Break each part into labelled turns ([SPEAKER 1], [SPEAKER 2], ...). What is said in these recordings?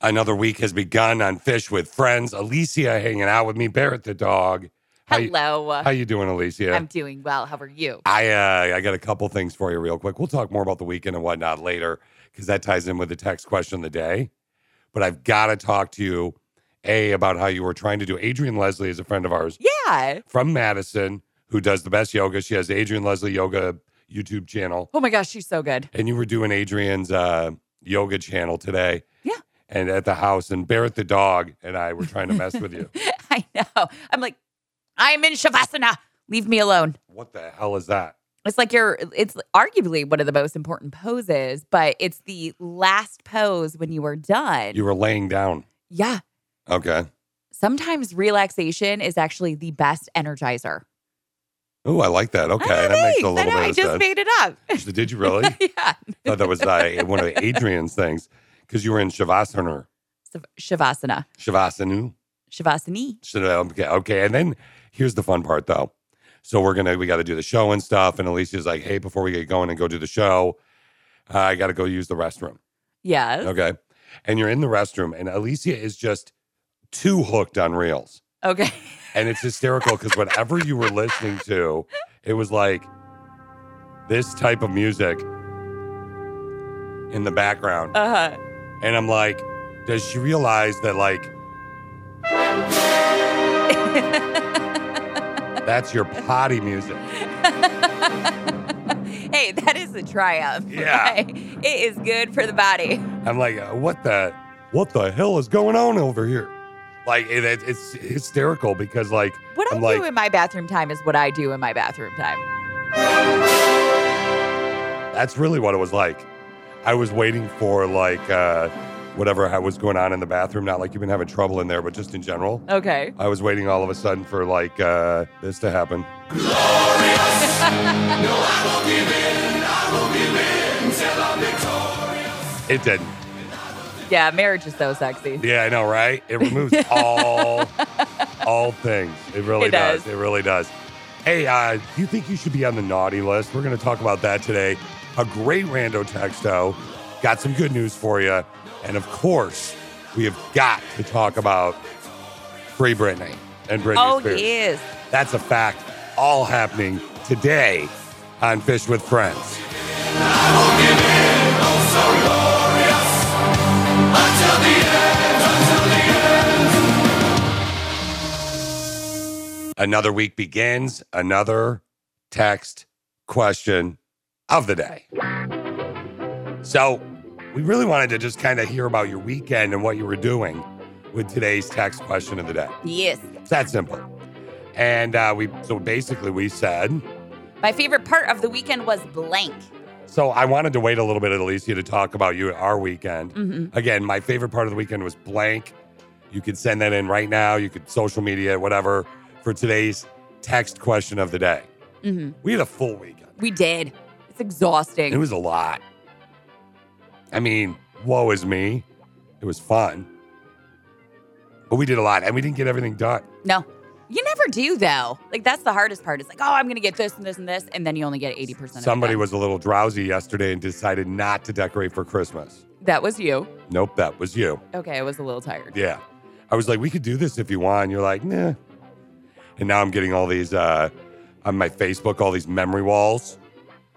[SPEAKER 1] Another week has begun on Fish with Friends. Alicia hanging out with me, Barrett the dog. How you,
[SPEAKER 2] Hello.
[SPEAKER 1] how you doing, Alicia?
[SPEAKER 2] Uh-huh. I'm doing well. How are you?
[SPEAKER 1] I uh, I got a couple things for you real quick. We'll talk more about the weekend and whatnot later because that ties in with the text question of the day. But I've got to talk to you a about how you were trying to do. Adrian Leslie is a friend of ours
[SPEAKER 2] Yeah.
[SPEAKER 1] from Madison who does the best yoga. She has the Adrian Leslie Yoga YouTube channel,
[SPEAKER 2] Oh my gosh, she's so good.
[SPEAKER 1] and you were doing Adrian's uh, yoga channel today.
[SPEAKER 2] Yeah.
[SPEAKER 1] And at the house, and Barrett the dog and I were trying to mess with you.
[SPEAKER 2] I know. I'm like, I'm in Shavasana. Leave me alone.
[SPEAKER 1] What the hell is that?
[SPEAKER 2] It's like you're, it's arguably one of the most important poses, but it's the last pose when you are done.
[SPEAKER 1] You were laying down.
[SPEAKER 2] yeah.
[SPEAKER 1] Okay.
[SPEAKER 2] Sometimes relaxation is actually the best energizer.
[SPEAKER 1] Oh, I like that. Okay, that makes a
[SPEAKER 2] I
[SPEAKER 1] little
[SPEAKER 2] know. I
[SPEAKER 1] bit
[SPEAKER 2] just
[SPEAKER 1] of sense.
[SPEAKER 2] made it up.
[SPEAKER 1] So Did you really?
[SPEAKER 2] yeah.
[SPEAKER 1] thought that was uh, one of Adrian's things because you were in Shavasana.
[SPEAKER 2] So, Shavasana.
[SPEAKER 1] Shavasana.
[SPEAKER 2] Shavasani.
[SPEAKER 1] So, Okay, okay. And then here's the fun part, though. So we're gonna we got to do the show and stuff. And Alicia's like, "Hey, before we get going and go do the show, uh, I got to go use the restroom."
[SPEAKER 2] Yes.
[SPEAKER 1] Okay. And you're in the restroom, and Alicia is just too hooked on reels,
[SPEAKER 2] Okay.
[SPEAKER 1] and it's hysterical because whatever you were listening to, it was like this type of music in the background.
[SPEAKER 2] Uh huh.
[SPEAKER 1] And I'm like, does she realize that, like, that's your potty music?
[SPEAKER 2] hey, that is a triumph.
[SPEAKER 1] Yeah.
[SPEAKER 2] It is good for the body.
[SPEAKER 1] I'm like, uh, what the, what the hell is going on over here? Like, it, it- it's hysterical because, like,
[SPEAKER 2] What
[SPEAKER 1] I'm
[SPEAKER 2] I
[SPEAKER 1] like,
[SPEAKER 2] do in my bathroom time is what I do in my bathroom time.
[SPEAKER 1] that's really what it was like. I was waiting for like uh, whatever ha- was going on in the bathroom. Not like you've been having trouble in there, but just in general.
[SPEAKER 2] Okay.
[SPEAKER 1] I was waiting all of a sudden for like uh, this to happen. It didn't.
[SPEAKER 2] Yeah, marriage is so sexy.
[SPEAKER 1] Yeah, I know, right? It removes all all things. It really
[SPEAKER 2] It does.
[SPEAKER 1] It really does. Hey, uh, do you think you should be on the naughty list? We're going to talk about that today. A great rando texto. Got some good news for you, and of course, we have got to talk about free Britney and Britney
[SPEAKER 2] Oh,
[SPEAKER 1] Spears.
[SPEAKER 2] yes.
[SPEAKER 1] That's a fact. All happening today on Fish with Friends. Another week begins, another text question of the day. So, we really wanted to just kind of hear about your weekend and what you were doing with today's text question of the day.
[SPEAKER 2] Yes.
[SPEAKER 1] It's that simple. And uh, we so basically we said
[SPEAKER 2] My favorite part of the weekend was blank.
[SPEAKER 1] so I wanted to wait a little bit at Alicia to talk about you our weekend.
[SPEAKER 2] Mm-hmm.
[SPEAKER 1] Again, my favorite part of the weekend was blank. You could send that in right now. You could social media, whatever, for today's text question of the day.
[SPEAKER 2] Mm-hmm.
[SPEAKER 1] We had a full weekend.
[SPEAKER 2] We did. It's exhausting.
[SPEAKER 1] It was a lot. I mean, woe is me. It was fun. But we did a lot and we didn't get everything done.
[SPEAKER 2] no. You never do, though. Like, that's the hardest part. It's like, oh, I'm going to get this and this and this. And then you only get 80% of it
[SPEAKER 1] Somebody
[SPEAKER 2] done.
[SPEAKER 1] was a little drowsy yesterday and decided not to decorate for Christmas.
[SPEAKER 2] That was you.
[SPEAKER 1] Nope, that was you.
[SPEAKER 2] Okay, I was a little tired.
[SPEAKER 1] Yeah. I was like, we could do this if you want. And you're like, nah. And now I'm getting all these uh, on my Facebook, all these memory walls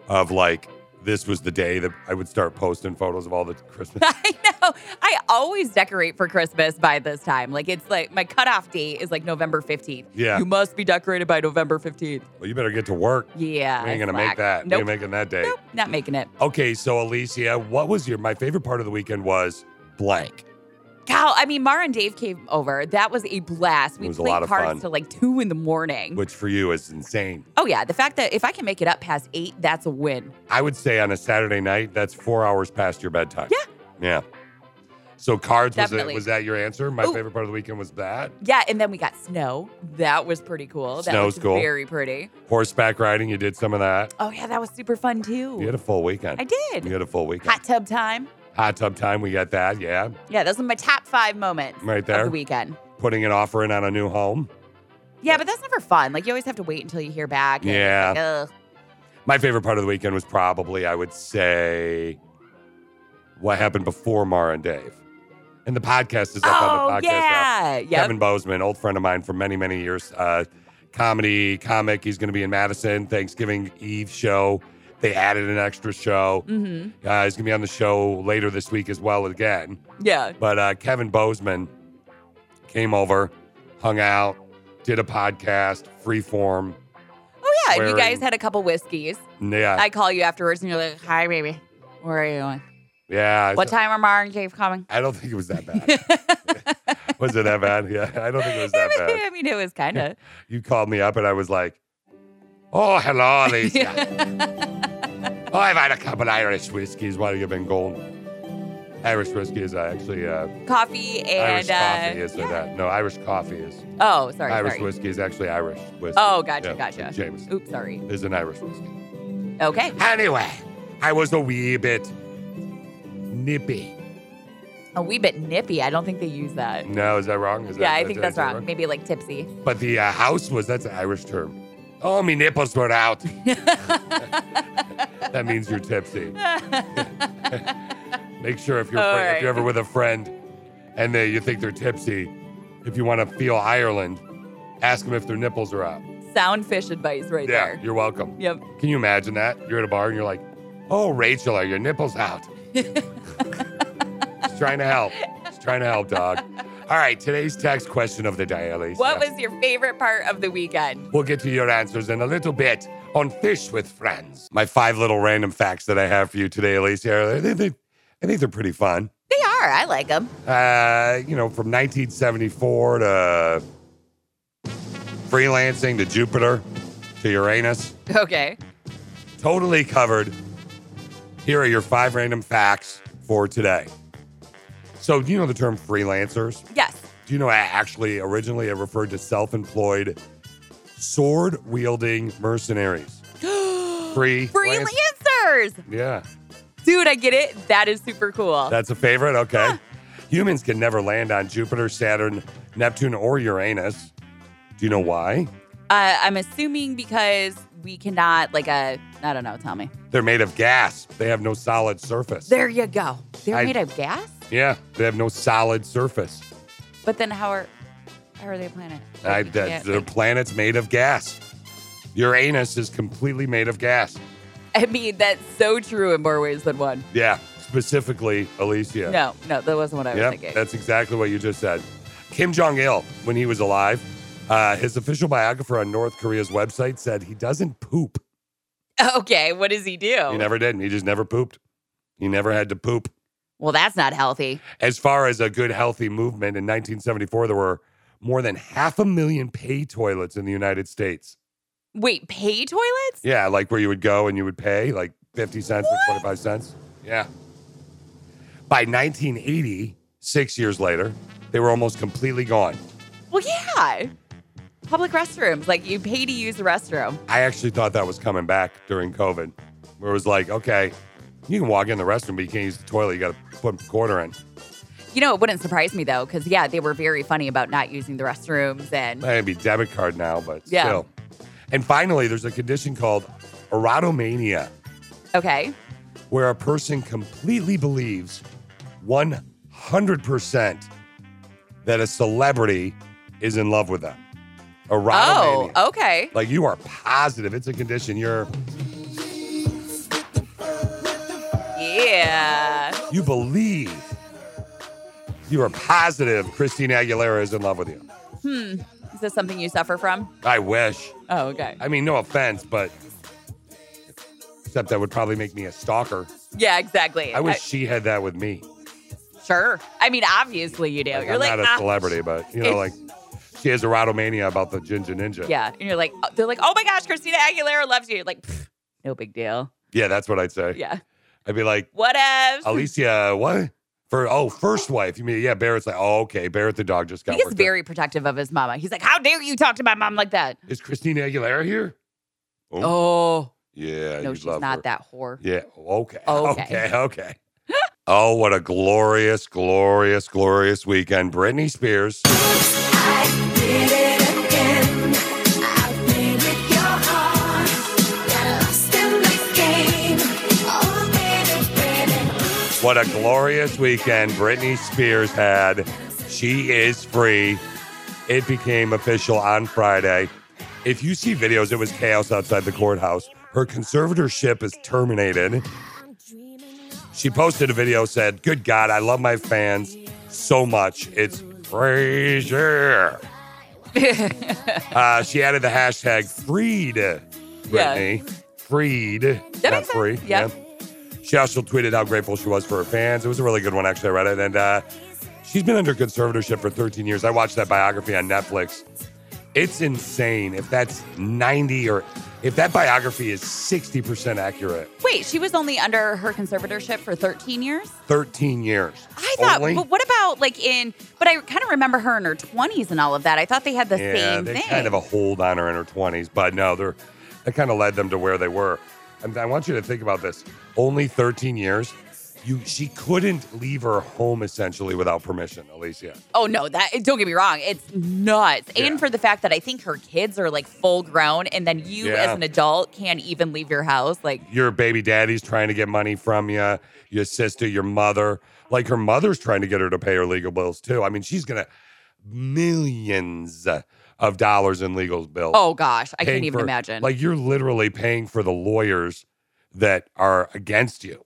[SPEAKER 1] of like, this was the day that I would start posting photos of all the Christmas.
[SPEAKER 2] I know. I always decorate for Christmas by this time. Like it's like my cutoff date is like November 15th.
[SPEAKER 1] Yeah.
[SPEAKER 2] You must be decorated by November 15th.
[SPEAKER 1] well, you better get to work.
[SPEAKER 2] Yeah.
[SPEAKER 1] we ain't
[SPEAKER 2] it's
[SPEAKER 1] gonna make
[SPEAKER 2] whack.
[SPEAKER 1] that. We
[SPEAKER 2] Nope.
[SPEAKER 1] ain't making that day.
[SPEAKER 2] nope. Not making it.
[SPEAKER 1] Okay, so Alicia, what was your my favorite part of the weekend was blank.
[SPEAKER 2] Cow. I mean, Mar and Dave came over. That was a blast. We
[SPEAKER 1] was a
[SPEAKER 2] played
[SPEAKER 1] lot of
[SPEAKER 2] cards
[SPEAKER 1] fun.
[SPEAKER 2] till like two in the morning.
[SPEAKER 1] Which for you is insane.
[SPEAKER 2] oh yeah. The fact that if I can make it up past eight, that's a win.
[SPEAKER 1] I would say on a Saturday night, that's four hours past your bedtime. Yeah. Yeah. So cards was, it,
[SPEAKER 2] Definitely.
[SPEAKER 1] was that your answer? My
[SPEAKER 2] Ooh.
[SPEAKER 1] favorite part of the weekend was that.
[SPEAKER 2] Yeah. And then we got snow. That was pretty cool. That
[SPEAKER 1] Snow's
[SPEAKER 2] was
[SPEAKER 1] cool.
[SPEAKER 2] very pretty.
[SPEAKER 1] Horseback riding, you did some of that.
[SPEAKER 2] Oh yeah, that was super fun too.
[SPEAKER 1] You had a full weekend.
[SPEAKER 2] I did.
[SPEAKER 1] You had a full weekend.
[SPEAKER 2] Hot tub time.
[SPEAKER 1] Hot tub time, we got that. Yeah.
[SPEAKER 2] Yeah, those are my top five moments
[SPEAKER 1] Right
[SPEAKER 2] of
[SPEAKER 1] there.
[SPEAKER 2] the weekend.
[SPEAKER 1] Putting an offer in on a new home.
[SPEAKER 2] Yeah, but that's never fun. Like you always have to wait until you hear back. and it's
[SPEAKER 1] Yeah.
[SPEAKER 2] like, ugh.
[SPEAKER 1] My favorite part of the weekend was probably, I would say, what happened before Mara and Dave. and the podcast is up
[SPEAKER 2] Oh,
[SPEAKER 1] on the podcast app.
[SPEAKER 2] yeah. Yep.
[SPEAKER 1] Kevin Bozeman, old friend of mine for many, many years. Uh, comedy comic. He's going to be in Madison Thanksgiving Eve show. They added an extra show.
[SPEAKER 2] Mm-hmm.
[SPEAKER 1] Uh, he's going to be on the show later this week as well again.
[SPEAKER 2] Yeah.
[SPEAKER 1] But uh, Kevin Bozeman came over, hung out, did a podcast, freeform.
[SPEAKER 2] Oh, yeah. You guys
[SPEAKER 1] Wearing-
[SPEAKER 2] had a couple whiskeys.
[SPEAKER 1] Yeah,
[SPEAKER 2] I call you afterwards and you're like, hi, baby. Where are you going?
[SPEAKER 1] yeah.
[SPEAKER 2] What time are Mara and Dave coming?
[SPEAKER 1] I don't think it was that bad.
[SPEAKER 2] I
[SPEAKER 1] was it that bad? Yeah, I don't think it was that bad.
[SPEAKER 2] mean, it was kind of.
[SPEAKER 1] You called me up and I was like, "Oh, hello, Alicia. oh, I've had a couple Irish whiskeys while you've been gone." Irish whiskey is actually uh,
[SPEAKER 2] coffee
[SPEAKER 1] Irish
[SPEAKER 2] and.
[SPEAKER 1] coffee
[SPEAKER 2] uh,
[SPEAKER 1] is or
[SPEAKER 2] yeah.
[SPEAKER 1] that? No, Irish coffee is
[SPEAKER 2] Oh, sorry.
[SPEAKER 1] Irish
[SPEAKER 2] sorry.
[SPEAKER 1] whiskey is actually Irish whiskey.
[SPEAKER 2] Oh,
[SPEAKER 1] Yeah,
[SPEAKER 2] gotcha, gotcha.
[SPEAKER 1] Jameson
[SPEAKER 2] Oops, sorry.
[SPEAKER 1] is an Irish whiskey.
[SPEAKER 2] Okay.
[SPEAKER 1] Anyway, I was a wee bit nippy.
[SPEAKER 2] A wee bit nippy. I don't think they use that.
[SPEAKER 1] No, is that wrong? Is
[SPEAKER 2] Yeah,
[SPEAKER 1] that,
[SPEAKER 2] I
[SPEAKER 1] did
[SPEAKER 2] think that's
[SPEAKER 1] say
[SPEAKER 2] wrong. Maybe like tipsy.
[SPEAKER 1] But the uh, house was, that's an Irish term. Oh, me nipples were out. that means you're tipsy. Make sure if you're,
[SPEAKER 2] All
[SPEAKER 1] fri- if you're
[SPEAKER 2] right.
[SPEAKER 1] ever with a friend and they, you think they're tipsy, if you want to feel Ireland, ask them if their nipples are out.
[SPEAKER 2] Sound fish advice right
[SPEAKER 1] yeah,
[SPEAKER 2] there.
[SPEAKER 1] you're welcome.
[SPEAKER 2] Yep.
[SPEAKER 1] Can you imagine that? You're at a bar and you're like, oh, Rachel, are your nipples out? Just trying to help. Just trying to help, dog. All right, today's text question of the day, Elise.
[SPEAKER 2] What was your favorite part of the weekend?
[SPEAKER 1] We'll get to your answers in a little bit on Fish with Friends. My five little random facts that I have for you today, Alicia, I think, they- I think they're pretty fun.
[SPEAKER 2] They are. I like them.
[SPEAKER 1] Uh, you know, from 1974 to freelancing to Jupiter to Uranus,
[SPEAKER 2] Okay.
[SPEAKER 1] totally covered. Here are your five random facts for today. So, do you know the term freelancers?
[SPEAKER 2] Yes.
[SPEAKER 1] Do you know, I actually originally it referred to self employed, sword wielding mercenaries. Free. lance-
[SPEAKER 2] Freelancers.
[SPEAKER 1] Yeah.
[SPEAKER 2] Dude, I get it. That is super cool.
[SPEAKER 1] That's a favorite? Okay. Humans can never land on Jupiter, Saturn, Neptune, or Uranus. Do you know why?
[SPEAKER 2] Uh, I'm assuming because we cannot, like, a, I don't know, tell me.
[SPEAKER 1] They're made of gas. They have no solid surface.
[SPEAKER 2] There you go. They're
[SPEAKER 1] I-
[SPEAKER 2] made of gas?
[SPEAKER 1] yeah, they have no solid surface.
[SPEAKER 2] But then how are how are they a planet?
[SPEAKER 1] I,
[SPEAKER 2] Like, you
[SPEAKER 1] that,
[SPEAKER 2] can't-
[SPEAKER 1] their planet's made of gas. Uranus is completely made of gas.
[SPEAKER 2] I mean, that's so true in more ways than one.
[SPEAKER 1] Yeah, specifically Alicia.
[SPEAKER 2] No, no, that wasn't what I was
[SPEAKER 1] Yeah,
[SPEAKER 2] thinking.
[SPEAKER 1] that's exactly what you just said. Kim Jong Il, when he was alive, uh, his official biographer on North Korea's website said he doesn't poop.
[SPEAKER 2] Okay, what does he do?
[SPEAKER 1] He never did. and He just never pooped. He never had to poop.
[SPEAKER 2] well, that's not healthy.
[SPEAKER 1] As far as a good, healthy movement, in 1974, there were more than half a million pay toilets in the United States.
[SPEAKER 2] Wait, pay toilets?
[SPEAKER 1] Yeah, like where you would go and you would pay like 50 cents or 25 cents. Yeah. By 1980, six years later, they were almost completely gone.
[SPEAKER 2] Well, yeah. Public restrooms, like you pay to use the restroom.
[SPEAKER 1] I actually thought that was coming back during COVID, where it was like, okay, you can walk in the restroom, but you can't use the toilet. You got to put a quarter in.
[SPEAKER 2] You know, it wouldn't surprise me though, because yeah, they were very funny about not using the restrooms and
[SPEAKER 1] That'd be debit card now, but
[SPEAKER 2] Yeah.
[SPEAKER 1] still. And finally, there's a condition called erotomania,
[SPEAKER 2] okay.
[SPEAKER 1] where a person completely believes 100% that a celebrity is in love with them. Erotomania.
[SPEAKER 2] Oh, okay.
[SPEAKER 1] Like you are positive. It's a condition. You're
[SPEAKER 2] Yeah.
[SPEAKER 1] you believe. You are positive Christina Aguilera is in love with you.
[SPEAKER 2] Is this something you suffer from?
[SPEAKER 1] I wish.
[SPEAKER 2] Oh, okay.
[SPEAKER 1] I mean, no offense, but except that would probably make me a stalker.
[SPEAKER 2] Yeah, exactly. Uh,
[SPEAKER 1] I wish she had that with me.
[SPEAKER 2] Sure. I mean, obviously you do.
[SPEAKER 1] Like,
[SPEAKER 2] you're
[SPEAKER 1] I'm
[SPEAKER 2] like
[SPEAKER 1] not a
[SPEAKER 2] "Ah."
[SPEAKER 1] celebrity, but you know, like she has erotomania about the Ginger Ninja.
[SPEAKER 2] Yeah, and you're like, oh, they're like, oh my gosh, Christina Aguilera loves you. You're like, "Pfft, no big deal.
[SPEAKER 1] Yeah, that's what I'd say.
[SPEAKER 2] Yeah,
[SPEAKER 1] I'd be like,
[SPEAKER 2] whatevs.
[SPEAKER 1] Alicia, what? For oh, first wife. You mean yeah, Barrett's like, oh, okay, Barrett the dog just got
[SPEAKER 2] He gets
[SPEAKER 1] worked up.
[SPEAKER 2] very protective of his mama. He's like, how dare you talk to my mom like that?
[SPEAKER 1] Is Christina Aguilera here?
[SPEAKER 2] Oh,
[SPEAKER 1] Yeah,
[SPEAKER 2] no,
[SPEAKER 1] you'd
[SPEAKER 2] she's
[SPEAKER 1] love
[SPEAKER 2] not
[SPEAKER 1] her.
[SPEAKER 2] that whore.
[SPEAKER 1] Yeah. Okay.
[SPEAKER 2] Okay.
[SPEAKER 1] Okay. okay. oh, what a glorious, glorious, glorious weekend. Britney Spears.
[SPEAKER 3] I did it again. I played with your heart. Got lost in the game. Oh, baby, baby.
[SPEAKER 1] What a glorious weekend Britney Spears had. She is free. It became official on Friday. If you see videos, it was chaos outside the courthouse. Her conservatorship is terminated. She posted a video said, "Good God, I love my fans so much. It's crazy." uh, she added the hashtag freed Britney. Freed.
[SPEAKER 2] That
[SPEAKER 1] not
[SPEAKER 2] makes sense.
[SPEAKER 1] free.
[SPEAKER 2] Yeah.
[SPEAKER 1] She also tweeted how grateful she was for her fans. It was a really good one, actually. I read it. And uh, she's been under conservatorship for 13 years. I watched that biography on Netflix. It's insane if that's 90 or if that biography is 60% accurate.
[SPEAKER 2] Wait, she was only under her conservatorship for 13 years?
[SPEAKER 1] 13 years.
[SPEAKER 2] I thought,
[SPEAKER 1] Only?
[SPEAKER 2] but what about like in, but I kind of remember her in her 20s and all of that. I thought they had the
[SPEAKER 1] yeah,
[SPEAKER 2] same
[SPEAKER 1] they
[SPEAKER 2] thing.
[SPEAKER 1] kind of a hold on her in her 20s, but no, they're that kind of led them to where they were. And I want you to think about this. Only 13 years. You she couldn't leave her home essentially without permission, Alicia.
[SPEAKER 2] oh, no, that, don't get me wrong. It's nuts.
[SPEAKER 1] Yeah.
[SPEAKER 2] And for the fact that I think her kids are like full grown and then you
[SPEAKER 1] Yeah.
[SPEAKER 2] as an adult can't even leave your house. Like,
[SPEAKER 1] Your baby daddy's trying to get money from you, your sister, your mother. Like her mother's trying to get her to pay her legal bills too. I mean, she's gonna millions of dollars in legal bills.
[SPEAKER 2] oh gosh, I can't
[SPEAKER 1] paying
[SPEAKER 2] even
[SPEAKER 1] for-
[SPEAKER 2] imagine.
[SPEAKER 1] Like you're literally paying for the lawyers that are against you.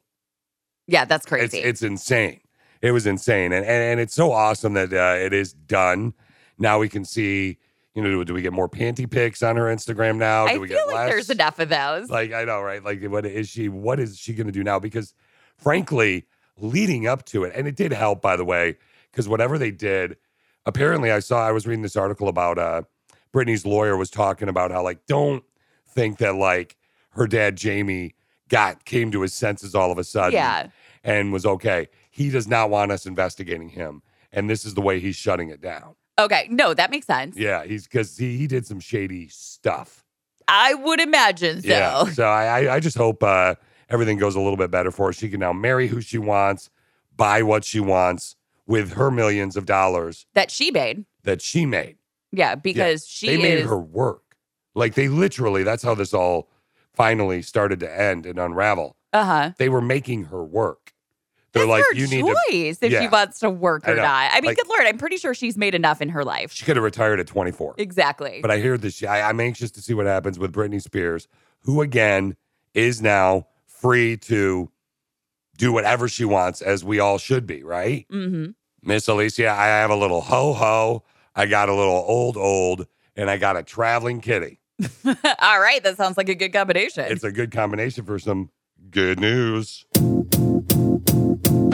[SPEAKER 2] yeah, that's
[SPEAKER 1] It's
[SPEAKER 2] crazy.
[SPEAKER 1] it's insane. It was insane, and and, and it's so awesome that uh, it is done. Now we can see. You know, do, do we get more panty pics on her Instagram now? Do
[SPEAKER 2] I feel
[SPEAKER 1] we
[SPEAKER 2] like
[SPEAKER 1] get less?
[SPEAKER 2] there's enough of those.
[SPEAKER 1] Like I know, right? Like what is she? What is she going to do now? Because frankly, leading up to it, and it did help, by the way, because whatever they did, apparently, I saw I was reading this article about uh, Brittany's lawyer was talking about how like don't think that like her dad Jamie got came to his senses all of a sudden
[SPEAKER 2] yeah.
[SPEAKER 1] and was okay. He does not want us investigating him. And this is the way he's shutting it down.
[SPEAKER 2] Okay. No, that makes sense.
[SPEAKER 1] Yeah, he's because he, he did some shady stuff.
[SPEAKER 2] I would imagine so.
[SPEAKER 1] Yeah. So I, I I just hope uh, everything goes a little bit better for her. She can now marry who she wants, buy what she wants with her millions of dollars
[SPEAKER 2] That she made.
[SPEAKER 1] that she made.
[SPEAKER 2] Yeah, because she
[SPEAKER 1] they made
[SPEAKER 2] is.
[SPEAKER 1] her work. Like they literally, that's how this all finally started to end and unravel.
[SPEAKER 2] uh huh.
[SPEAKER 1] They were making her work. They're
[SPEAKER 2] That's
[SPEAKER 1] like,
[SPEAKER 2] her
[SPEAKER 1] you need to
[SPEAKER 2] choice if she
[SPEAKER 1] Yeah.
[SPEAKER 2] wants to work
[SPEAKER 1] I
[SPEAKER 2] or
[SPEAKER 1] know.
[SPEAKER 2] not. I mean,
[SPEAKER 1] Like-
[SPEAKER 2] good lord, I'm pretty sure she's made enough in her life.
[SPEAKER 1] she could have retired at 24.
[SPEAKER 2] Exactly.
[SPEAKER 1] But I hear this. I, I'm anxious to see what happens with Britney Spears, who again is now free to do whatever she wants, as we all should be, right?
[SPEAKER 2] mm-hmm.
[SPEAKER 1] Miss Alicia, I have a little ho ho. I got a little old old, and I got a traveling kitty.
[SPEAKER 2] All right, that sounds like a good combination.
[SPEAKER 1] It's a good combination for some good news.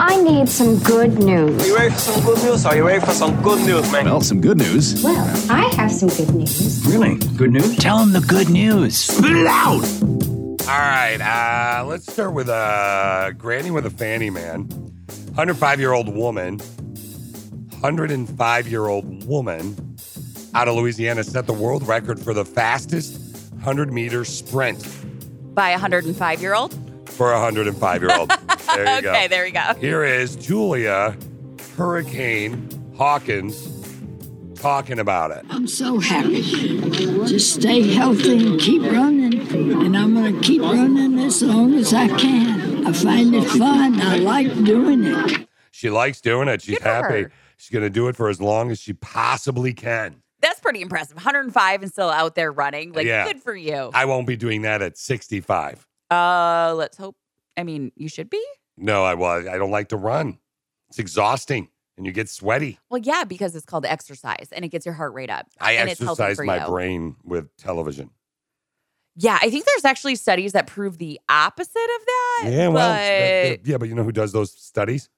[SPEAKER 4] I need some good
[SPEAKER 5] Are
[SPEAKER 4] news.
[SPEAKER 5] you ready for some good news? Are you ready for some good news, man?
[SPEAKER 6] Well, some good news.
[SPEAKER 4] Well, I have some good news.
[SPEAKER 5] Really? Good news?
[SPEAKER 6] Tell him the good news. Spit it out.
[SPEAKER 1] All right, uh, let's start with uh, Granny with a Fanny Man. 105 year old woman, 105 year old woman out of Louisiana set the world record for the fastest 100 meter sprint
[SPEAKER 2] By a 105 year old.
[SPEAKER 1] for a 105 year old. There you
[SPEAKER 2] Okay,
[SPEAKER 1] go.
[SPEAKER 2] there we go.
[SPEAKER 1] Here is Julia Hurricane Hawkins talking about it.
[SPEAKER 7] I'm so happy. Just stay healthy and keep running. And I'm going to keep running as long as I can. I find it fun. I like doing it.
[SPEAKER 1] She likes doing it, she's
[SPEAKER 2] Good for
[SPEAKER 1] happy.
[SPEAKER 2] her.
[SPEAKER 1] She's going to do it for as long as she possibly can.
[SPEAKER 2] That's pretty impressive. 105 and still out there running. Like,
[SPEAKER 1] Yeah.
[SPEAKER 2] good for you.
[SPEAKER 1] I won't be doing that at 65.
[SPEAKER 2] uh, let's hope. I mean, you should be.
[SPEAKER 1] No, I was. I don't like to run. It's exhausting and you get sweaty.
[SPEAKER 2] Well, yeah, because it's called exercise and it gets your heart rate up.
[SPEAKER 1] I
[SPEAKER 2] and it's healthy
[SPEAKER 1] exercise
[SPEAKER 2] for
[SPEAKER 1] my
[SPEAKER 2] you.
[SPEAKER 1] brain with television.
[SPEAKER 2] Yeah, I think there's actually studies that prove the opposite of that.
[SPEAKER 1] Yeah, well,
[SPEAKER 2] but
[SPEAKER 1] yeah, but you know who does those studies?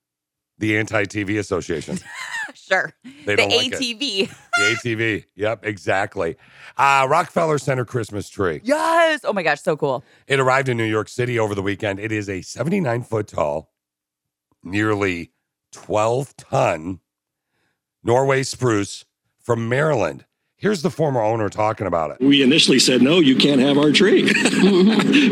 [SPEAKER 1] The Anti TV Association.
[SPEAKER 2] sure.
[SPEAKER 1] They
[SPEAKER 2] the
[SPEAKER 1] don't like it.
[SPEAKER 2] ATV.
[SPEAKER 1] the ATV. Yep, exactly. Uh, Rockefeller Center Christmas tree.
[SPEAKER 2] Yes. Oh my gosh, so cool.
[SPEAKER 1] It arrived in New York City over the weekend. It is a 79 foot tall, nearly 12 ton Norway spruce from Maryland. Here's the former owner talking about it.
[SPEAKER 8] We initially said, no, you can't have our tree.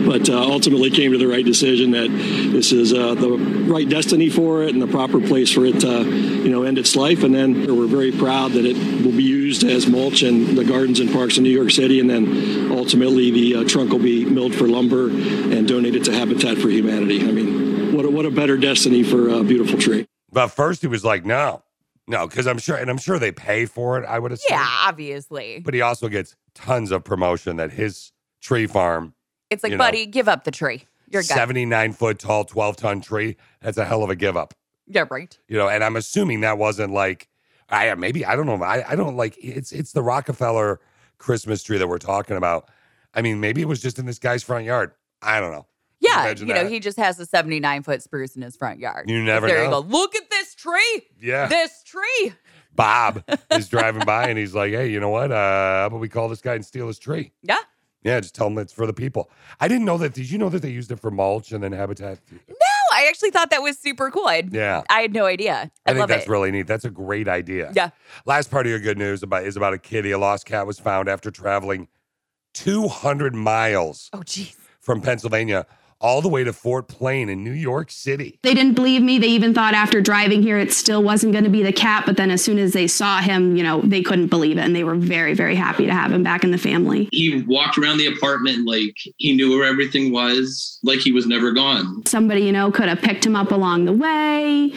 [SPEAKER 8] but uh, ultimately came to the right decision that this is uh, the right destiny for it and the proper place for it to you know, end its life. And then we're very proud that it will be used as mulch in the gardens and parks in New York City. And then ultimately the uh, trunk will be milled for lumber and donated to Habitat for Humanity. I mean, what what a, what a better destiny for a beautiful tree.
[SPEAKER 1] But first he was like, no, no, because I'm sure, and I'm sure they pay for it. I would assume.
[SPEAKER 2] Yeah, obviously.
[SPEAKER 1] But he also gets tons of promotion that his tree farm,
[SPEAKER 2] It's like,
[SPEAKER 1] you know,
[SPEAKER 2] buddy, give up the tree. You're good.
[SPEAKER 1] 79 foot tall, 12 ton tree, that's a hell of a give up.
[SPEAKER 2] Yeah, right.
[SPEAKER 1] You know, and I'm assuming that wasn't like, I uh, maybe I don't know. I, I don't like it's it's the Rockefeller Christmas tree that we're talking about. I mean, maybe it was just in this guy's front yard. I don't know. you
[SPEAKER 2] Yeah,
[SPEAKER 1] imagine
[SPEAKER 2] you know,
[SPEAKER 1] that?
[SPEAKER 2] he just has a 79 foot spruce in his front yard.
[SPEAKER 1] You
[SPEAKER 2] Like,
[SPEAKER 1] never
[SPEAKER 2] there
[SPEAKER 1] know.
[SPEAKER 2] you go. Look at this tree.
[SPEAKER 1] Yeah.
[SPEAKER 2] This tree.
[SPEAKER 1] Bob is driving by and he's like, "Hey, you know what? Uh, how about we call this guy and steal his tree?"
[SPEAKER 2] Yeah.
[SPEAKER 1] Yeah, just tell them it's for the people. I didn't know that. Did you know that they used it for mulch and then habitat?
[SPEAKER 2] No, I actually thought that was super cool. I'd,
[SPEAKER 1] Yeah.
[SPEAKER 2] Mm, I had no idea.
[SPEAKER 1] I,
[SPEAKER 2] I,
[SPEAKER 1] think
[SPEAKER 2] love
[SPEAKER 1] that's
[SPEAKER 2] it.
[SPEAKER 1] really neat. That's a great idea.
[SPEAKER 2] Yeah.
[SPEAKER 1] Last part of your good news about is about a kitty. A lost cat was found after traveling 200 miles
[SPEAKER 2] Oh, jeez.
[SPEAKER 1] from Pennsylvania all the way to Fort Plain in New York City.
[SPEAKER 9] They didn't believe me. They even thought after driving here it still wasn't going to be the cat, but then as soon as they saw him, you know, they couldn't believe it and they were very very happy to have him back in the family.
[SPEAKER 10] He walked around the apartment like he knew where everything was, like he was never gone.
[SPEAKER 9] Somebody, you know, could have picked him up along the way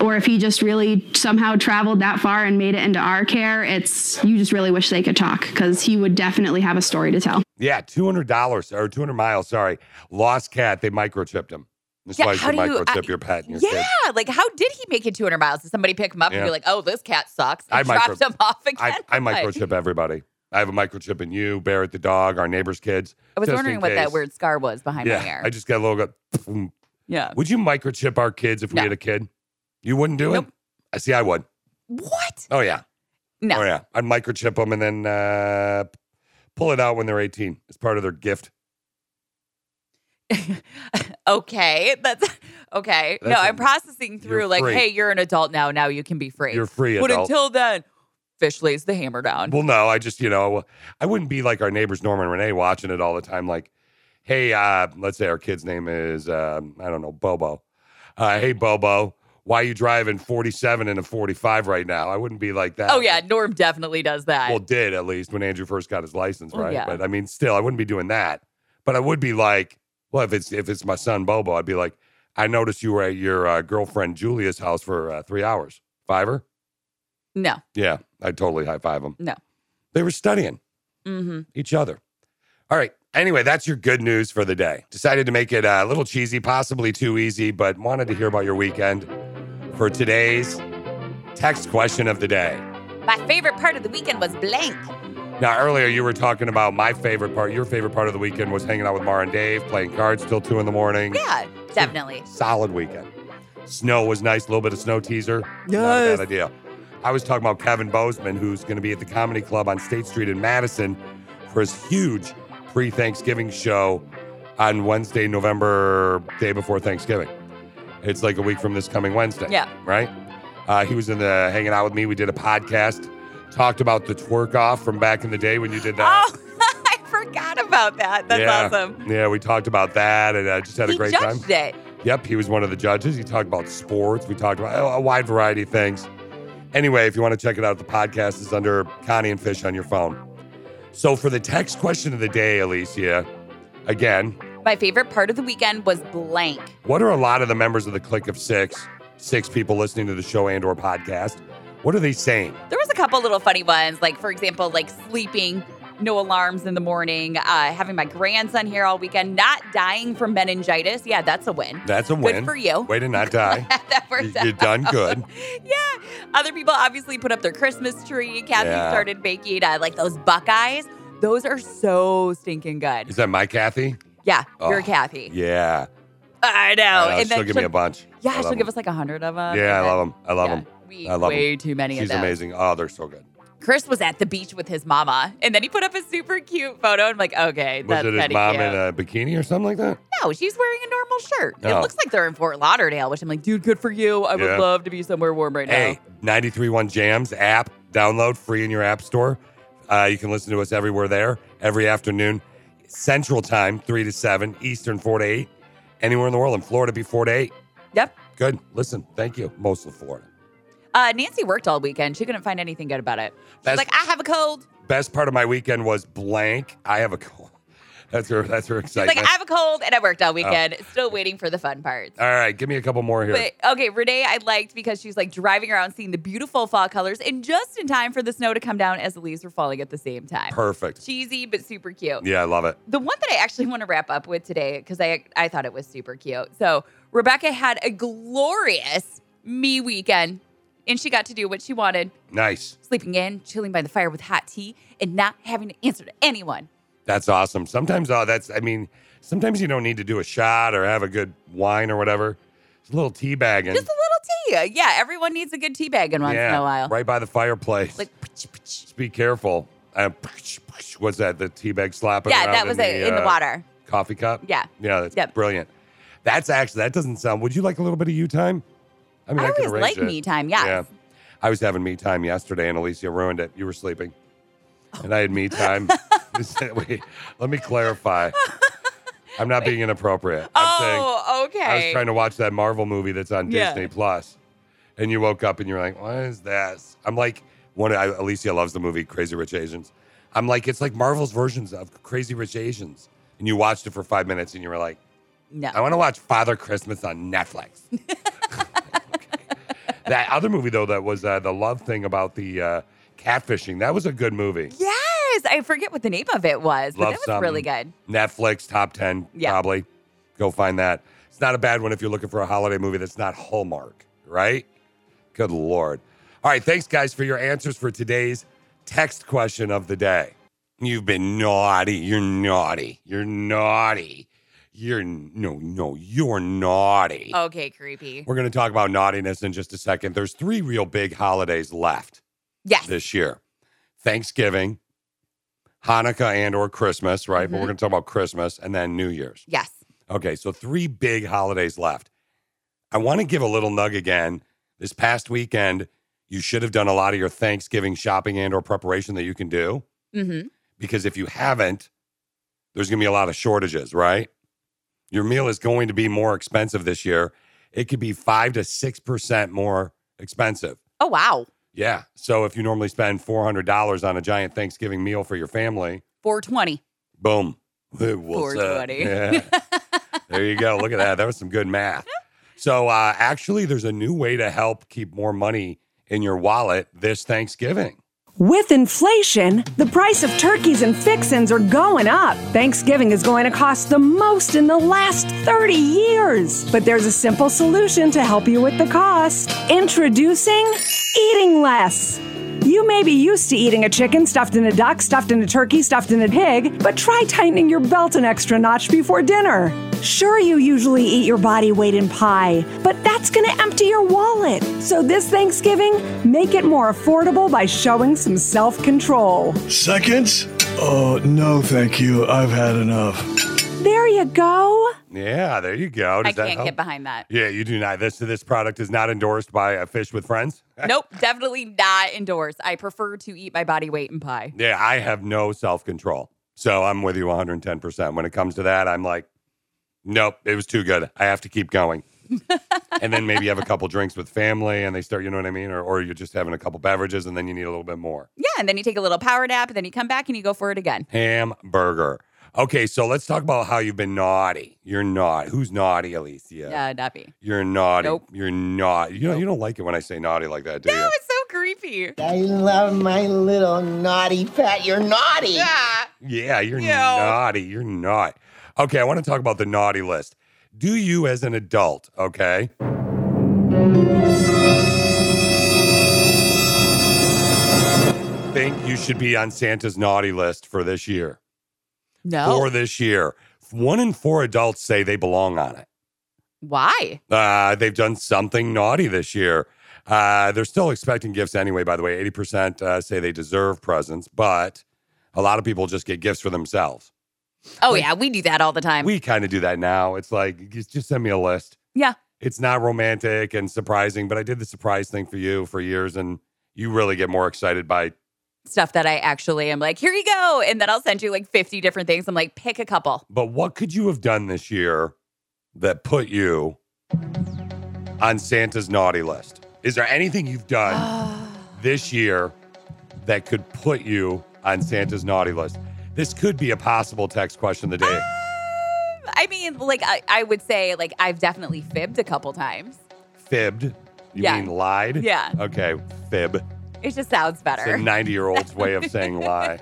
[SPEAKER 9] or if he just really somehow traveled that far and made it into our care, it's you just really wish they could talk cuz he would definitely have a story to tell.
[SPEAKER 1] Yeah, $200 or 200 miles, sorry. Lost cat, they microchipped him. That's
[SPEAKER 2] Yeah,
[SPEAKER 1] why you
[SPEAKER 2] how
[SPEAKER 1] should
[SPEAKER 2] do you-
[SPEAKER 1] microchip
[SPEAKER 2] I-
[SPEAKER 1] your pet and your
[SPEAKER 2] Yeah.
[SPEAKER 1] kid.
[SPEAKER 2] Like, how did he make it 200 miles? Did somebody pick him up
[SPEAKER 1] Yeah.
[SPEAKER 2] and be like, oh, this cat sucks?
[SPEAKER 1] I
[SPEAKER 2] And dropped
[SPEAKER 1] micro-
[SPEAKER 2] him off again?
[SPEAKER 1] I, I
[SPEAKER 2] Like,
[SPEAKER 1] microchip everybody. I have a microchip in you, Barrett the dog, our neighbor's kids.
[SPEAKER 2] I was
[SPEAKER 1] just in
[SPEAKER 2] wondering what
[SPEAKER 1] case.
[SPEAKER 2] that weird scar was behind my
[SPEAKER 1] Yeah,
[SPEAKER 2] ear.
[SPEAKER 1] I just got a little. Go,
[SPEAKER 2] yeah.
[SPEAKER 1] would you microchip our kids if we
[SPEAKER 2] No.
[SPEAKER 1] had a kid? You wouldn't do it.
[SPEAKER 2] Nope.
[SPEAKER 1] I see. I would.
[SPEAKER 2] What?
[SPEAKER 1] Oh yeah.
[SPEAKER 2] No.
[SPEAKER 1] Oh yeah. I'd microchip them and then uh, pull it out when they're eighteen. It's part of their gift.
[SPEAKER 2] okay. That's okay. no,
[SPEAKER 1] That's
[SPEAKER 2] i I'm
[SPEAKER 1] a-
[SPEAKER 2] processing through
[SPEAKER 1] you're
[SPEAKER 2] like,
[SPEAKER 1] free.
[SPEAKER 2] hey, you're an adult now. Now you can be free.
[SPEAKER 1] You're free
[SPEAKER 2] but
[SPEAKER 1] adult.
[SPEAKER 2] until then, Fish lays the hammer down.
[SPEAKER 1] well, no. I just you know I wouldn't be like our neighbors Norman and Renee watching it all the time. Like, hey, uh, let's say our kid's name is um, I don't know Bobo. Uh, hey Bobo, why you driving forty seven and a forty five right now? I wouldn't be like that.
[SPEAKER 2] oh, yeah. Norm definitely does that.
[SPEAKER 1] well did at least when andrew first got his license
[SPEAKER 2] Well,
[SPEAKER 1] right
[SPEAKER 2] yeah.
[SPEAKER 1] but i mean still i wouldn't be doing that but i would be like well if it's if it's my son bobo i'd be like i noticed you were at your uh, girlfriend julia's house for uh, three hours fiver
[SPEAKER 2] no.
[SPEAKER 1] yeah i'd totally high five them
[SPEAKER 2] No.
[SPEAKER 1] they were studying
[SPEAKER 2] Mm-hmm.
[SPEAKER 1] each other all right anyway that's your good news for the day decided to make it uh, a little cheesy possibly too easy but wanted to hear about your weekend for today's text question of the day
[SPEAKER 2] My favorite part of the weekend was blank.
[SPEAKER 1] Now, earlier you were talking about my favorite part. Your favorite part of the weekend was hanging out with Mara and Dave, playing cards till two in the morning.
[SPEAKER 2] Yeah, definitely.
[SPEAKER 1] Solid weekend. Snow was nice, a little bit of snow teaser. Not a bad idea. I was talking about Kevin Bozeman, who's going to be at the Comedy Club on State Street in Madison for his huge pre Thanksgiving show on Wednesday, November, day before Thanksgiving. It's like a week from this coming Wednesday.
[SPEAKER 2] Yeah.
[SPEAKER 1] Right? Uh, he was in the hanging out with me. We did a podcast, talked about the twerk off from back in the day when you did that.
[SPEAKER 2] Oh, I forgot about that. That's
[SPEAKER 1] Yeah.
[SPEAKER 2] awesome.
[SPEAKER 1] Yeah, we talked about that and uh, just had a
[SPEAKER 2] he
[SPEAKER 1] great time.
[SPEAKER 2] judged it.
[SPEAKER 1] Yep, he was one of the judges. He talked about sports. We talked about a- a wide variety of things. Anyway, if you want to check it out, the podcast is under Connie and Fish on your phone. So for the text question of the day, Alicia, again,
[SPEAKER 2] My favorite part of the weekend was blank.
[SPEAKER 1] what are a lot of the members of the Click of Six, six people listening to the show and or podcast, what are they saying?
[SPEAKER 2] There was a couple little funny ones, like for example, like sleeping, no alarms in the morning, uh, having my grandson here all weekend, not dying from meningitis. Yeah, that's a win.
[SPEAKER 1] That's a
[SPEAKER 2] Good
[SPEAKER 1] win.
[SPEAKER 2] for you.
[SPEAKER 1] Way to not die.
[SPEAKER 2] that worked
[SPEAKER 1] You're
[SPEAKER 2] out.
[SPEAKER 1] done good.
[SPEAKER 2] yeah. Other people obviously put up their Christmas tree. Kathy
[SPEAKER 1] Yeah.
[SPEAKER 2] started baking uh, like those Buckeyes. Those are so stinking good.
[SPEAKER 1] Is that my Kathy?
[SPEAKER 2] Yeah, you're
[SPEAKER 1] Oh,
[SPEAKER 2] Kathy.
[SPEAKER 1] Yeah.
[SPEAKER 2] I know.
[SPEAKER 1] I know.
[SPEAKER 2] Oh, and then
[SPEAKER 1] she'll give me a bunch. I
[SPEAKER 2] Yeah,
[SPEAKER 1] love
[SPEAKER 2] she'll
[SPEAKER 1] 'em.
[SPEAKER 2] give us like a hundred of them.
[SPEAKER 1] Yeah, I love them. I love
[SPEAKER 2] yeah,
[SPEAKER 1] them.
[SPEAKER 2] We
[SPEAKER 1] I love 'em.
[SPEAKER 2] way too many of
[SPEAKER 1] She's
[SPEAKER 2] them.
[SPEAKER 1] amazing. Oh, they're so good.
[SPEAKER 2] Chris was at the beach with his mama, and then he put up a super cute photo. I'm like, okay,
[SPEAKER 1] Was
[SPEAKER 2] that's
[SPEAKER 1] it his
[SPEAKER 2] petty
[SPEAKER 1] mom
[SPEAKER 2] cute.
[SPEAKER 1] in a bikini or something like that?
[SPEAKER 2] no, she's wearing a normal shirt.
[SPEAKER 1] No.
[SPEAKER 2] It looks like they're in Fort Lauderdale, which I'm like, dude, good for you. I
[SPEAKER 1] Yeah.
[SPEAKER 2] would love to be somewhere warm right
[SPEAKER 1] Hey,
[SPEAKER 2] now.
[SPEAKER 1] 931 Jams app, download free in your app store. Uh, you can listen to us everywhere there, every afternoon, Central Time, 3 to 7, Eastern, 4 to 8, anywhere in the world. In Florida, be 4 to 8.
[SPEAKER 2] Yep.
[SPEAKER 1] Good. Listen, thank you. Mostly Florida.
[SPEAKER 2] Uh, Nancy worked all weekend. She couldn't find anything good about it. She's
[SPEAKER 1] That's-
[SPEAKER 2] like, I have a cold.
[SPEAKER 1] Best part of my weekend was blank. I have a cold. That's her. That's her
[SPEAKER 2] She's like,
[SPEAKER 1] excitement.
[SPEAKER 2] I have a cold and I worked all weekend.
[SPEAKER 1] Oh.
[SPEAKER 2] Still waiting for the fun parts.
[SPEAKER 1] All right, give me a couple more here.
[SPEAKER 2] But okay, Renee, I liked because she's like driving around seeing the beautiful fall colors and just in time for the snow to come down as the leaves were falling at the same time.
[SPEAKER 1] Perfect.
[SPEAKER 2] Cheesy, but super cute.
[SPEAKER 1] Yeah, I love it.
[SPEAKER 2] The one that I actually want to wrap up with today, because I, I thought it was super cute. So, Rebecca had a glorious me weekend and she got to do what she wanted
[SPEAKER 1] Nice.
[SPEAKER 2] sleeping in, chilling by the fire with hot tea, and not having to answer to anyone.
[SPEAKER 1] That's awesome. Sometimes uh, that's. I mean, sometimes you don't need to do a shot or have a good wine or whatever. It's a little tea bagging.
[SPEAKER 2] Just a little tea. Yeah, everyone needs a good tea bag in once in a while.
[SPEAKER 1] Right by the fireplace.
[SPEAKER 2] Like, pch, pch.
[SPEAKER 1] Just be careful. Uh, psh, psh, what's that? The tea bag slapping?
[SPEAKER 2] yeah,
[SPEAKER 1] around
[SPEAKER 2] that was
[SPEAKER 1] in
[SPEAKER 2] it in the
[SPEAKER 1] uh,
[SPEAKER 2] water.
[SPEAKER 1] Coffee cup.
[SPEAKER 2] Yeah.
[SPEAKER 1] Yeah, that's
[SPEAKER 2] Yep.
[SPEAKER 1] brilliant. That's actually that doesn't sound. Would you like a little bit of you time? I mean,
[SPEAKER 2] I,
[SPEAKER 1] I, can
[SPEAKER 2] always
[SPEAKER 1] arrange
[SPEAKER 2] like
[SPEAKER 1] it.
[SPEAKER 2] me time. Yes.
[SPEAKER 1] Yeah. I was having me time yesterday, and Alicia ruined it. You were sleeping,
[SPEAKER 2] Oh.
[SPEAKER 1] and I had me time. Wait, let me clarify. I'm not being inappropriate. I'm saying
[SPEAKER 2] Oh,
[SPEAKER 1] I
[SPEAKER 2] okay.
[SPEAKER 1] was trying to watch that Marvel movie that's on
[SPEAKER 2] Yeah.
[SPEAKER 1] Disney Plus, and you woke up and you're like, "What is this?" I'm like, "One." I, Alicia loves the movie Crazy Rich Asians. I'm like, it's like Marvel's versions of Crazy Rich Asians, and you watched it for five minutes, and you were like.
[SPEAKER 2] no.
[SPEAKER 1] I want to watch Father Christmas on Netflix. that other movie though, that was uh, the love thing about the uh, catfishing. That was a good movie.
[SPEAKER 2] yes. I forget what the name of it was, but
[SPEAKER 1] Love
[SPEAKER 2] that was really good.
[SPEAKER 1] Netflix top ten
[SPEAKER 2] Yeah.
[SPEAKER 1] probably. Go find that. It's not a bad one if you're looking for a holiday movie that's not Hallmark, right? Good lord. All right, thanks guys for your answers for today's text question of the day. You've been naughty. You're naughty. You're naughty. You're no, no, you're naughty.
[SPEAKER 2] Okay, creepy.
[SPEAKER 1] We're going to talk about naughtiness in just a second. There's three real big holidays left
[SPEAKER 2] Yes.
[SPEAKER 1] this year. Thanksgiving, Hanukkah and or Christmas, right? But we're going to talk about Christmas and then New Year's.
[SPEAKER 2] Yes.
[SPEAKER 1] Okay, so three big holidays left. I want to give a little nug again. This past weekend, you should have done a lot of your Thanksgiving shopping and or preparation that you can do
[SPEAKER 2] Mm-hmm.
[SPEAKER 1] because if you haven't, there's going to be a lot of shortages, right? Your meal is going to be more expensive this year. It could be five to six percent more expensive.
[SPEAKER 2] Oh wow.
[SPEAKER 1] Yeah. So if you normally spend four hundred dollars on a giant Thanksgiving meal for your family,
[SPEAKER 2] 420.
[SPEAKER 1] boom, four
[SPEAKER 2] 420.
[SPEAKER 1] Yeah. there you go. Look at that. That was some good math. So uh, actually, there's a new way to help keep more money in your wallet this Thanksgiving.
[SPEAKER 11] With inflation, the price of turkeys and fixins are going up. Thanksgiving is going to cost the most in the last 30 years. But there's a simple solution to help you with the cost. Introducing eating less. You may be used to eating a chicken stuffed in a duck, stuffed in a turkey, stuffed in a pig, but try tightening your belt an extra notch before dinner. Sure, you usually eat your body weight in pie, but that's going to empty your wallet. So this Thanksgiving, make it more affordable by showing some self control.
[SPEAKER 12] Seconds? Oh, no, thank you. I've had enough.
[SPEAKER 11] There you go.
[SPEAKER 1] Yeah, there you go. Does
[SPEAKER 2] I
[SPEAKER 1] that
[SPEAKER 2] can't
[SPEAKER 1] help?
[SPEAKER 2] get behind that.
[SPEAKER 1] Yeah, you do not. This this product is not endorsed by a Fish with Friends.
[SPEAKER 2] nope, definitely not endorsed. I prefer to eat my body weight in pie.
[SPEAKER 1] Yeah, I have no self control, so I'm with you 110. percent When it comes to that, I'm like, nope, it was too good. I have to keep going. and then maybe you have a couple drinks with family, and they start, you know what I mean, or or you're just having a couple beverages, and then you need a little bit more.
[SPEAKER 2] Yeah, and then you take a little power nap, and then you come back and you go for it again.
[SPEAKER 1] Hamburger. Okay, so let's talk about how you've been naughty. You're naughty. Who's naughty, Alicia?
[SPEAKER 2] Yeah, not me.
[SPEAKER 1] You're naughty.
[SPEAKER 2] Nope.
[SPEAKER 1] You're naughty. You know, you don't like it when I say naughty like that, do you?
[SPEAKER 2] Oh, it's so creepy.
[SPEAKER 13] I love my little naughty pet. You're naughty.
[SPEAKER 2] Yeah.
[SPEAKER 1] Yeah, you're naughty. You're not. Okay, I want to talk about the naughty list. Do you, as an adult, okay? Think you should be on Santa's naughty list for this year?
[SPEAKER 2] No.
[SPEAKER 1] For this year. One in four adults say they belong on it.
[SPEAKER 2] Why?
[SPEAKER 1] Uh, they've done something naughty this year. Uh, they're still expecting gifts anyway, by the way. 80% uh, say they deserve presents, but a lot of people just get gifts for themselves.
[SPEAKER 2] Oh yeah, we do that all the time.
[SPEAKER 1] We kind of do that now. It's like, just just send me a list.
[SPEAKER 2] yeah.
[SPEAKER 1] It's not romantic and surprising, but I did the surprise thing for you for years, and you really get more excited by
[SPEAKER 2] Stuff that I actually am like, here you go. And then I'll send you like 50 different things. I'm like, pick a couple.
[SPEAKER 1] But what could you have done this year that put you on Santa's naughty list? Is there anything you've done this year that could put you on Santa's naughty list? This could be a possible text question of the day.
[SPEAKER 2] Ah! I mean, like I, I would say, like I've definitely fibbed a couple times.
[SPEAKER 1] Fibbed. You
[SPEAKER 2] Yeah.
[SPEAKER 1] mean lied?
[SPEAKER 2] Yeah.
[SPEAKER 1] Okay, fib.
[SPEAKER 2] It just sounds
[SPEAKER 1] It's
[SPEAKER 2] better.
[SPEAKER 1] a 90 year old's way of saying lie.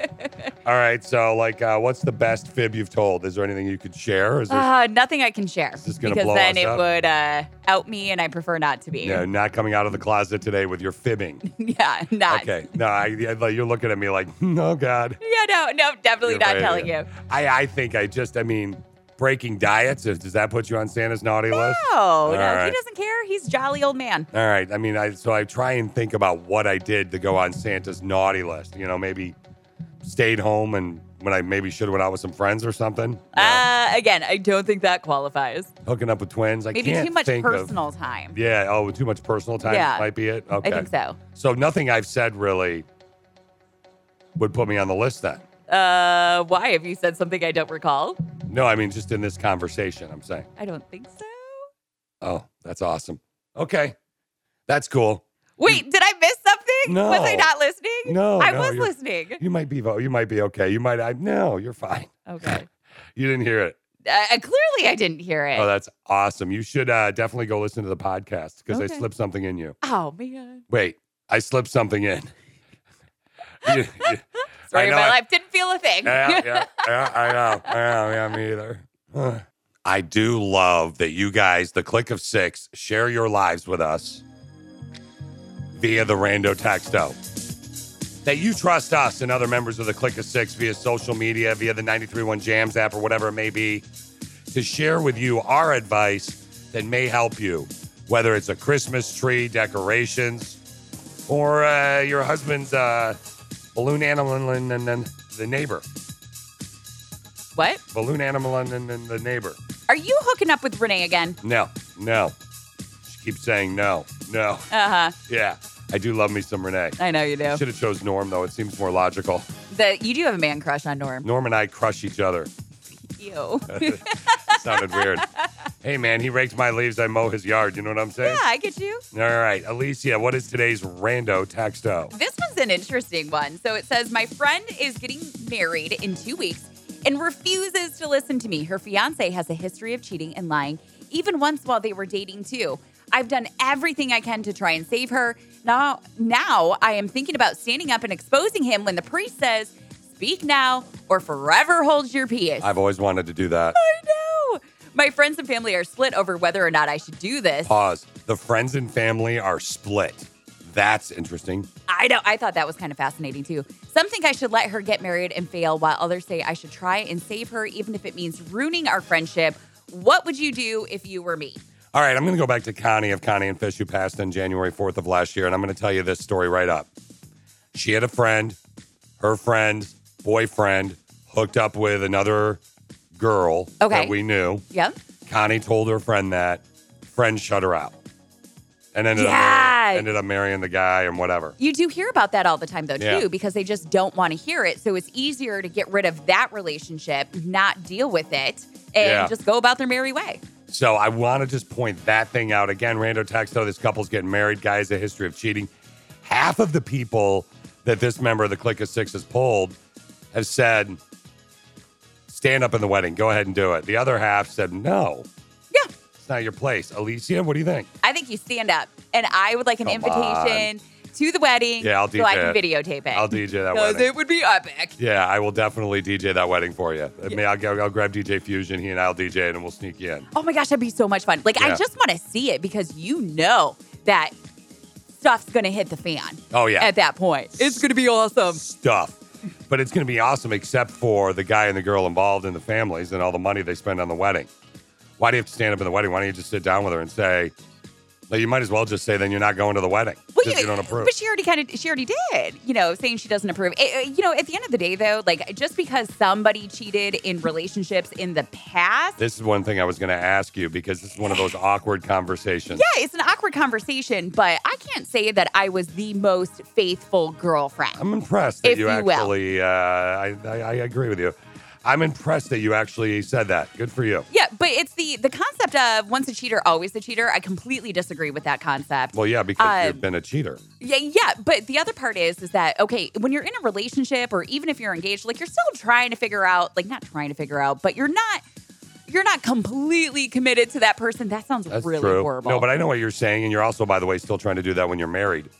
[SPEAKER 1] All right, so like, uh, what's the best fib you've told? Is there anything you could share? Is there
[SPEAKER 2] Uh, nothing I can share
[SPEAKER 1] this gonna
[SPEAKER 2] because
[SPEAKER 1] blow
[SPEAKER 2] then
[SPEAKER 1] us
[SPEAKER 2] it
[SPEAKER 1] up?
[SPEAKER 2] would uh, out me, and I prefer not to be.
[SPEAKER 1] no, not coming out of the closet today with your fibbing?
[SPEAKER 2] yeah, not.
[SPEAKER 1] Okay, no, I, yeah, like, you're looking at me like, oh God.
[SPEAKER 2] Yeah, no, no, definitely
[SPEAKER 1] You're
[SPEAKER 2] not
[SPEAKER 1] right,
[SPEAKER 2] telling
[SPEAKER 1] yeah.
[SPEAKER 2] you.
[SPEAKER 1] I, I think I just, I mean, breaking diets. Does does that put you on Santa's naughty list?
[SPEAKER 2] No,
[SPEAKER 1] All
[SPEAKER 2] no, he
[SPEAKER 1] right.
[SPEAKER 2] doesn't care. He's a jolly old man.
[SPEAKER 1] All right. I mean, I so I try and think about what I did to go on Santa's naughty list. You know, maybe stayed home and when I maybe should have went out with some friends or something.
[SPEAKER 2] Uh, again, I don't think that qualifies.
[SPEAKER 1] Hooking up with twins. I
[SPEAKER 2] Maybe
[SPEAKER 1] can't
[SPEAKER 2] too much
[SPEAKER 1] think
[SPEAKER 2] personal
[SPEAKER 1] Of,
[SPEAKER 2] time.
[SPEAKER 1] yeah. Oh, too much personal time
[SPEAKER 2] Yeah.
[SPEAKER 1] might be it. Okay.
[SPEAKER 2] I think so.
[SPEAKER 1] So nothing I've said really would put me on the list then.
[SPEAKER 2] Uh, why have you said something I don't recall?
[SPEAKER 1] No, I mean just in this conversation. I'm saying.
[SPEAKER 2] I don't think so.
[SPEAKER 1] Oh, that's awesome. Okay, that's cool.
[SPEAKER 2] Wait, did I miss something?
[SPEAKER 1] Mm. No.
[SPEAKER 2] Was I not listening?
[SPEAKER 1] No,
[SPEAKER 2] I
[SPEAKER 1] no,
[SPEAKER 2] was
[SPEAKER 1] you're-
[SPEAKER 2] listening.
[SPEAKER 1] You might be. vo- You might be okay. You might. I no. You're fine.
[SPEAKER 2] Okay.
[SPEAKER 1] You didn't hear it.
[SPEAKER 2] Uh, clearly, I didn't hear it.
[SPEAKER 1] Oh, that's awesome. You should uh, definitely go listen to the podcast because
[SPEAKER 2] Okay.
[SPEAKER 1] I slipped something in you.
[SPEAKER 2] Oh, man.
[SPEAKER 1] Wait, I slipped something in. You- you- I
[SPEAKER 2] Story of
[SPEAKER 1] know
[SPEAKER 2] my
[SPEAKER 1] I-
[SPEAKER 2] life. Didn't feel a thing.
[SPEAKER 1] Yeah, yeah, yeah, I know. I know. Yeah, me either. Huh. I do love that you guys, the click of six, share your lives with us via the Rando Texto. That you trust us and other members of the click of six via social media, via the 931 Jams app, or whatever it may be, to share with you our advice that may help you, whether it's a Christmas tree, decorations, or uh, your husband's uh, balloon animal and and- and the neighbor.
[SPEAKER 2] What?
[SPEAKER 1] Balloon animal and and- and the neighbor.
[SPEAKER 2] Are you hooking up with Renee again?
[SPEAKER 1] No, no. She keeps saying no, no.
[SPEAKER 2] Uh huh.
[SPEAKER 1] Yeah, I do love me some Renee.
[SPEAKER 2] I know you do.
[SPEAKER 1] Uh-huh. Should have chose Norm though. It seems more logical.
[SPEAKER 2] The, you do have a man crush on Norm.
[SPEAKER 1] Norm and I crush each other.
[SPEAKER 2] You. yeah,
[SPEAKER 1] Sounded weird. Hey man, he rakes my leaves. I mow his yard. You know what I'm saying?
[SPEAKER 2] I get you.
[SPEAKER 1] All right, Alicia, what is today's rando texto?
[SPEAKER 2] This one's an interesting one. So it says, My friend is getting married in two weeks and refuses to listen to me. Her fiance has a history of cheating and lying, even once while they were dating, too. I've done everything I can to try and save her. Now, now I am thinking about standing up and exposing him when the priest says, Speak now or forever hold your peace.
[SPEAKER 1] I've always wanted to do that.
[SPEAKER 2] My friends and family are split over whether or not I should do this.
[SPEAKER 1] Pause. The friends and family are split. That's interesting.
[SPEAKER 2] I know. I thought that was kind of fascinating too. Some think I should let her get married and fail, while others say I should try and save her, even if it means ruining our friendship. What would you do if you were me?
[SPEAKER 1] All right, I'm going to go back to Connie of Connie and Fish, who passed on January 4th of last year, and I'm going to tell you this story right up. She had a friend, her friend's boyfriend hooked up with another girl
[SPEAKER 2] Okay.
[SPEAKER 1] that we knew.
[SPEAKER 2] Yep.
[SPEAKER 1] Connie told her friend that. Friend shut her out and ended, up,
[SPEAKER 2] Yeah.
[SPEAKER 1] marrying, ended up marrying the guy and whatever.
[SPEAKER 2] You do hear about that all the time, though, too,
[SPEAKER 1] Yeah.
[SPEAKER 2] because they just don't want to hear it. So it's easier to get rid of that relationship, not deal with it, and
[SPEAKER 1] Yeah.
[SPEAKER 2] just go about their merry way.
[SPEAKER 1] So I want to just point that thing out again. Rando Texto, this couple's getting married. Guy has a history of cheating. Half of the people that this member of the Click of Six has polled have said, stand up in the wedding. Go ahead and do it. The other half said, no.
[SPEAKER 2] Yeah.
[SPEAKER 1] It's not your place. Alicia, what do you think?
[SPEAKER 2] I think you stand up, and I would like an
[SPEAKER 1] Come
[SPEAKER 2] invitation to the wedding
[SPEAKER 1] Yeah, I'll
[SPEAKER 2] so
[SPEAKER 1] DJ
[SPEAKER 2] I can
[SPEAKER 1] it.
[SPEAKER 2] videotape it.
[SPEAKER 1] I'll DJ that
[SPEAKER 2] because
[SPEAKER 1] wedding.
[SPEAKER 2] it would be epic.
[SPEAKER 1] yeah, I will definitely DJ that wedding for you. I mean, I'll, go- I'll grab DJ Fusion. He and I'll DJ it and we'll sneak you in.
[SPEAKER 2] Oh my gosh, that'd be so much fun. Like, I
[SPEAKER 1] Yeah.
[SPEAKER 2] just want to see it because you know that stuff's going to hit the fan
[SPEAKER 1] Oh, yeah.
[SPEAKER 2] at that point. It's going to be awesome.
[SPEAKER 1] stuff. But it's going to be awesome, except for the guy and the girl involved and the families and all the money they spend on the wedding. Why do you have to stand up in the wedding? Why don't you just sit down with her and say, like, you might as well just say, then you're not going to the wedding because you don't approve.
[SPEAKER 2] But she already kind of, she already did, you know, saying she doesn't approve. Eh, eh, you know, at the end of the day, though, like, just because somebody cheated in relationships in the past,
[SPEAKER 1] This is one thing I was going to ask you because this is one of those awkward conversations.
[SPEAKER 2] yeah, it's an awkward conversation, but I can't say that I was the most faithful girlfriend.
[SPEAKER 1] I'm impressed that
[SPEAKER 2] if
[SPEAKER 1] you
[SPEAKER 2] you will.
[SPEAKER 1] actually, uh, I, I, I agree with you. I'm impressed that you actually said that. Good for you.
[SPEAKER 2] Yeah, but it's the the concept of once a cheater, always a cheater. I completely disagree with that concept.
[SPEAKER 1] Well, yeah, because
[SPEAKER 2] Uh,
[SPEAKER 1] you've been a cheater.
[SPEAKER 2] Yeah, yeah, but the other part is is that okay, when you're in a relationship or even if you're engaged, like you're still trying to figure out, like not trying to figure out, but you're not you're not completely committed to that person. That sounds
[SPEAKER 1] That's
[SPEAKER 2] really
[SPEAKER 1] true.
[SPEAKER 2] horrible.
[SPEAKER 1] No, but I know what you're saying, and you're also, by the way, still trying to do that when you're married.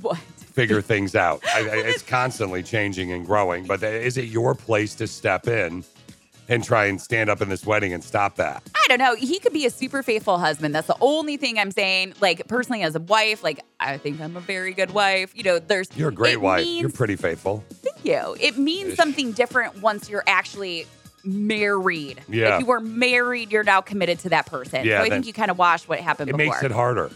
[SPEAKER 2] What?
[SPEAKER 1] Figure things out. I, I, it's constantly changing and growing. But is it your place to step in and try and stand up in this wedding and stop that?
[SPEAKER 2] I don't know. He could be a super faithful husband. That's the only thing I'm saying. Like personally as a wife, like I think I'm a very good wife. You know, there's
[SPEAKER 1] You're a great
[SPEAKER 2] it
[SPEAKER 1] wife.
[SPEAKER 2] means-
[SPEAKER 1] you're pretty faithful.
[SPEAKER 2] Thank you. It means
[SPEAKER 1] Ish.
[SPEAKER 2] something different once you're actually married.
[SPEAKER 1] Yeah.
[SPEAKER 2] If you were married, you're now committed to that person.
[SPEAKER 1] Yeah,
[SPEAKER 2] so I
[SPEAKER 1] then-
[SPEAKER 2] think you kind of wash what happened
[SPEAKER 1] It
[SPEAKER 2] before.
[SPEAKER 1] makes it harder,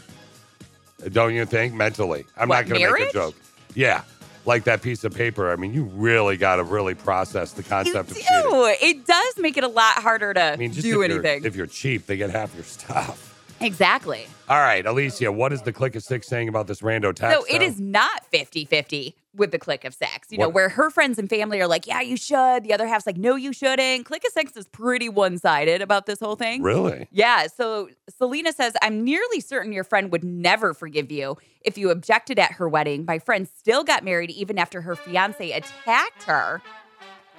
[SPEAKER 1] don't you think? Mentally, I'm
[SPEAKER 2] What,
[SPEAKER 1] not going to make
[SPEAKER 2] marriage?
[SPEAKER 1] a joke. Yeah, like that piece of paper. I mean, you really got to really process the concept of cheating.
[SPEAKER 2] Ew, it does make it a lot harder to
[SPEAKER 1] I mean, just
[SPEAKER 2] do
[SPEAKER 1] if you're-
[SPEAKER 2] anything.
[SPEAKER 1] if you're cheap, they get half your stuff.
[SPEAKER 2] Exactly.
[SPEAKER 1] All right, Alicia, what is the click of six saying about this rando tax?
[SPEAKER 2] So it is not 50 50 with the click of sex, you know,
[SPEAKER 1] What-
[SPEAKER 2] where her friends and family are like, yeah, you should. The other half's like, no, you shouldn't. Click of sex is pretty one sided about this whole thing.
[SPEAKER 1] Really?
[SPEAKER 2] Yeah. So Selena says, I'm nearly certain your friend would never forgive you if you objected at her wedding. My friend still got married even after her fiance attacked her.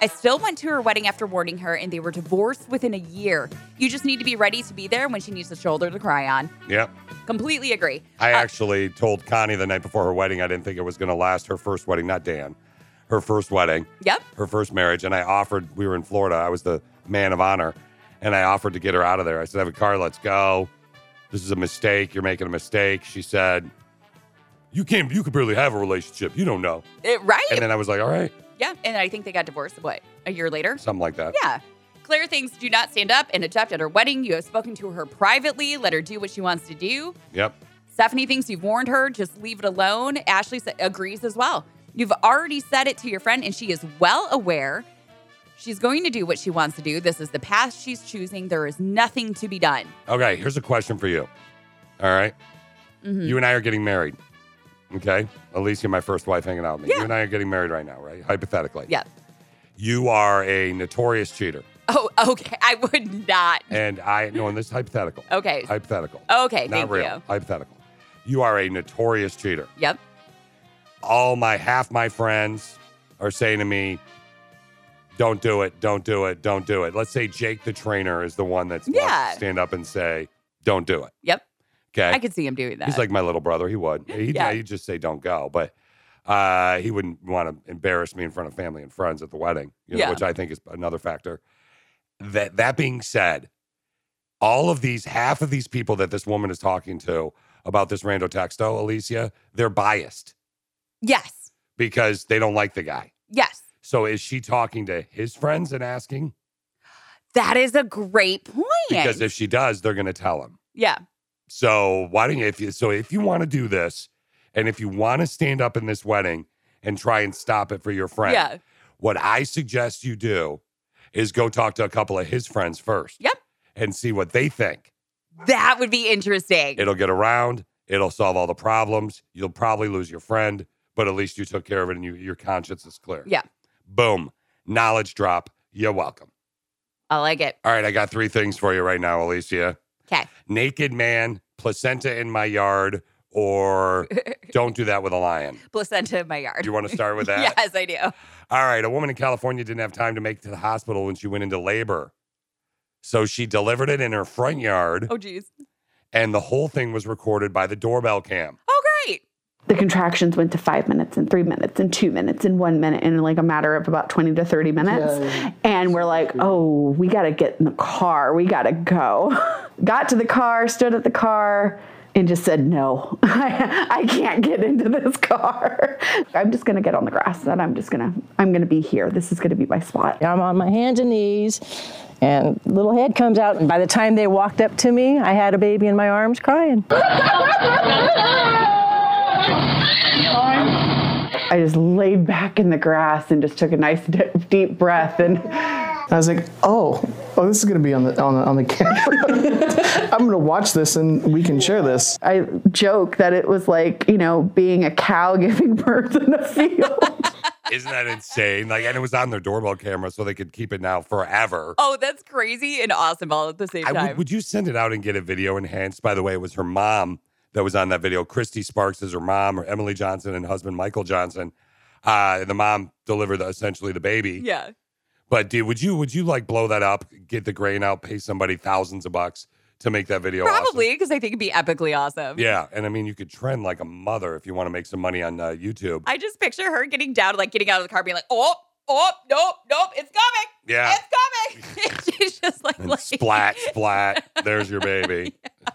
[SPEAKER 2] I still went to her wedding after warning her, and they were divorced within a year. You just need to be ready to be there when she needs a shoulder to cry on.
[SPEAKER 1] Yep.
[SPEAKER 2] Completely agree.
[SPEAKER 1] I actually told Connie the night before her wedding, I didn't think it was going to last her first wedding, not Dan, her first wedding,
[SPEAKER 2] Yep.
[SPEAKER 1] her first marriage. And I offered, we were in Florida, I was the man of honor, and I offered to get her out of there. I said, have a car, let's go. This is a mistake. You're making a mistake. She said, you can't, you could barely have a relationship. You don't know.
[SPEAKER 2] It- right?
[SPEAKER 1] And then I was like, all right,
[SPEAKER 2] yeah. And I think they got divorced, what, a year later?
[SPEAKER 1] something like that.
[SPEAKER 2] Yeah. Claire thinks do not stand up and object at her wedding. You have spoken to her privately. Let her do what she wants to do.
[SPEAKER 1] Yep.
[SPEAKER 2] Stephanie thinks you've warned her. Just leave it alone. Ashley sa- agrees as well. You've already said it to your friend, and she is well aware she's going to do what she wants to do. This is the path she's choosing. There is nothing to be done.
[SPEAKER 1] Okay, here's a question for you. All right.
[SPEAKER 2] Mhm.
[SPEAKER 1] You and I are getting married. Okay. Alicia, my first wife, hanging out with me. You and I are getting married right now, right? Hypothetically.
[SPEAKER 2] Yeah.
[SPEAKER 1] You are a notorious cheater.
[SPEAKER 2] Oh, okay. I would not.
[SPEAKER 1] And I no, and this is hypothetical.
[SPEAKER 2] Mm-hmm. Okay.
[SPEAKER 1] Hypothetical.
[SPEAKER 2] Okay.
[SPEAKER 1] Not
[SPEAKER 2] thank
[SPEAKER 1] real.
[SPEAKER 2] you.
[SPEAKER 1] Hypothetical. You are a notorious cheater.
[SPEAKER 2] Yep.
[SPEAKER 1] All my half my friends are saying to me, Don't do it, don't do it, don't do it. Let's say Jake the trainer is the one that's wants to
[SPEAKER 2] Yeah.
[SPEAKER 1] stand up and say, Don't do it.
[SPEAKER 2] Yep.
[SPEAKER 1] Okay.
[SPEAKER 2] I could see him doing that.
[SPEAKER 1] He's like my little brother. He would. He'd,
[SPEAKER 2] Yeah.
[SPEAKER 1] he'd just say, don't go. But uh, he wouldn't want to embarrass me in front of family and friends at the wedding, you know,
[SPEAKER 2] Yeah.
[SPEAKER 1] which I think is another factor. That, that being said, all of these, half of these people that this woman is talking to about this rando texto, Alicia, they're biased
[SPEAKER 2] yes.
[SPEAKER 1] because they don't like the guy.
[SPEAKER 2] Yes.
[SPEAKER 1] So is she talking to his friends and asking?
[SPEAKER 2] That is a great point.
[SPEAKER 1] Because if she does, they're going to tell him.
[SPEAKER 2] yeah.
[SPEAKER 1] So why don't you if you so if you want to do this and if you want to stand up in this wedding and try and stop it for your friend,
[SPEAKER 2] Yeah.
[SPEAKER 1] what I suggest you do is go talk to a couple of his friends first.
[SPEAKER 2] Yep.
[SPEAKER 1] And see what they think.
[SPEAKER 2] That would be interesting.
[SPEAKER 1] It'll get around, it'll solve all the problems. You'll probably lose your friend, but at least you took care of it and you, your conscience is clear.
[SPEAKER 2] Yeah.
[SPEAKER 1] Boom. Knowledge drop. You're welcome.
[SPEAKER 2] I like it.
[SPEAKER 1] All right, I got three things for you right now, Alicia.
[SPEAKER 2] Okay.
[SPEAKER 1] naked man, placenta in my yard, or don't do that with a lion.
[SPEAKER 2] Placenta in my yard.
[SPEAKER 1] Do you want to start with that?
[SPEAKER 2] Yes, I do.
[SPEAKER 1] All right. A woman in California didn't have time to make it to the hospital when she went into labor. So she delivered it in her front yard,
[SPEAKER 2] Oh, geez.
[SPEAKER 1] and the whole thing was recorded by the doorbell cam.
[SPEAKER 2] Oh, great.
[SPEAKER 14] the contractions went to five minutes and three minutes and two minutes and one minute in like a matter of about 20 to 30 minutes. And we're like, oh, we got to get in the car. We got to go. got to the car, stood at the car, and just said, no, I, I can't get into this car. I'm just going to get on the grass and I'm just going to, I'm going to be here. This is going to be my spot.
[SPEAKER 15] I'm on my hands and knees, and little head comes out. And by the time they walked up to me, I had a baby in my arms crying.
[SPEAKER 14] I just laid back in the grass and just took a nice di- deep breath and
[SPEAKER 16] I was like, oh, oh, this is gonna be on the on the, on the camera. I'm gonna watch this and we can share this.
[SPEAKER 14] I joke that it was like, you know, being a cow giving birth in a field.
[SPEAKER 1] Isn't that insane? Like, and it was on their doorbell camera, so they could keep it now forever.
[SPEAKER 2] Oh, that's crazy and awesome all at the same
[SPEAKER 1] I
[SPEAKER 2] time.
[SPEAKER 1] would, would you send it out and get a video enhanced? By the way, it was her mom that was on that video. Christy Sparks is her mom, or Emily Johnson and husband Michael Johnson. Uh, and the mom delivered essentially the baby.
[SPEAKER 2] yeah.
[SPEAKER 1] But dude, would you would you like blow that up, get the grain out, pay somebody thousands of bucks to make that video? awesome?
[SPEAKER 2] Probably because I think it'd be epically awesome.
[SPEAKER 1] Yeah, and I mean, you could trend like a mother if you want to make some money on uh, YouTube.
[SPEAKER 2] I just picture her getting down, like getting out of the car, being like, oh, oh, nope, nope, it's coming.
[SPEAKER 1] Yeah.
[SPEAKER 2] It's coming. She's just like,
[SPEAKER 1] And
[SPEAKER 2] like
[SPEAKER 1] splat, splat. There's your baby.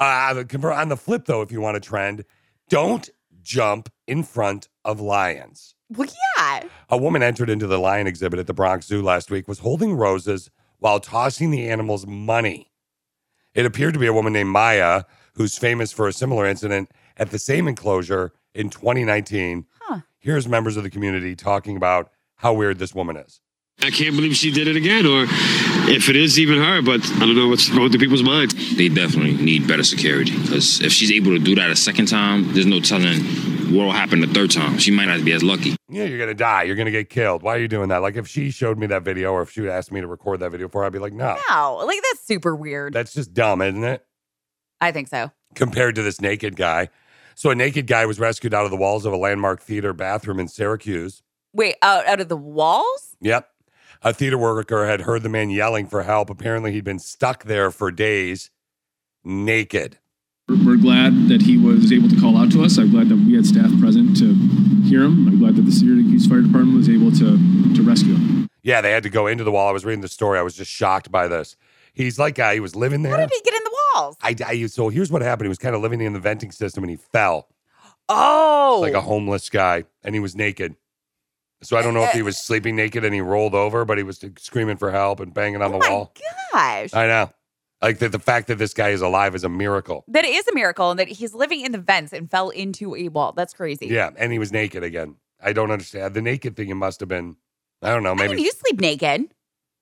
[SPEAKER 1] uh, the conver- on the flip, though, if you want to trend, don't jump in front of lions.
[SPEAKER 2] Well, yeah.
[SPEAKER 1] A woman entered into the lion exhibit at the Bronx Zoo last week was holding roses while tossing the animals money. It appeared to be a woman named Maya, who's famous for a similar incident at the same enclosure in 2019. Here's members of the community talking about how weird this woman is.
[SPEAKER 17] I can't believe she did it again, or if it is even her, but I don't know what's going through people's minds.
[SPEAKER 18] They definitely need better security because if she's able to do that a second time, there's no telling what will happen the third time. She might not be as lucky.
[SPEAKER 1] Yeah, you're gonna die. You're gonna get killed. Why are you doing that? Like, if she showed me that video, or if she would ask me to record that video for, her, I'd be like, no,
[SPEAKER 2] Wow. Like, that's super weird.
[SPEAKER 1] that's just dumb, isn't it?
[SPEAKER 2] I think so.
[SPEAKER 1] compared to this naked guy. So a naked guy was rescued out of the walls of a landmark theater bathroom in Syracuse.
[SPEAKER 2] Wait, out, out of the walls?
[SPEAKER 1] Yep. A theater worker had heard the man yelling for help. Apparently, he'd been stuck there for days, naked.
[SPEAKER 19] We're glad that he was able to call out to us. I'm glad that we had staff present to hear him. I'm glad that the Syracuse Fire Department was able to, to rescue him.
[SPEAKER 1] Yeah, they had to go into the wall. I was reading the story. I was just shocked by this. He's like, uh, he was living there. How did
[SPEAKER 2] he get in the walls?
[SPEAKER 1] I, I- so here's what happened. He was kind of living in the venting system and he fell.
[SPEAKER 2] Oh.
[SPEAKER 1] Like a homeless guy, and he was naked. So I don't know if
[SPEAKER 2] Eh,
[SPEAKER 1] he was sleeping naked and he rolled over, but he was screaming for help and banging
[SPEAKER 2] Oh
[SPEAKER 1] on the wall.
[SPEAKER 2] Gosh.
[SPEAKER 1] I know. Like the, the fact that this guy is alive is a miracle.
[SPEAKER 2] That is a miracle and that he's living in the vents and fell into a wall. That's crazy.
[SPEAKER 1] Yeah, and he was naked again. I don't understand the naked thing. It must have been, I don't know,
[SPEAKER 2] I mean,
[SPEAKER 1] maybe.
[SPEAKER 2] you sleep naked.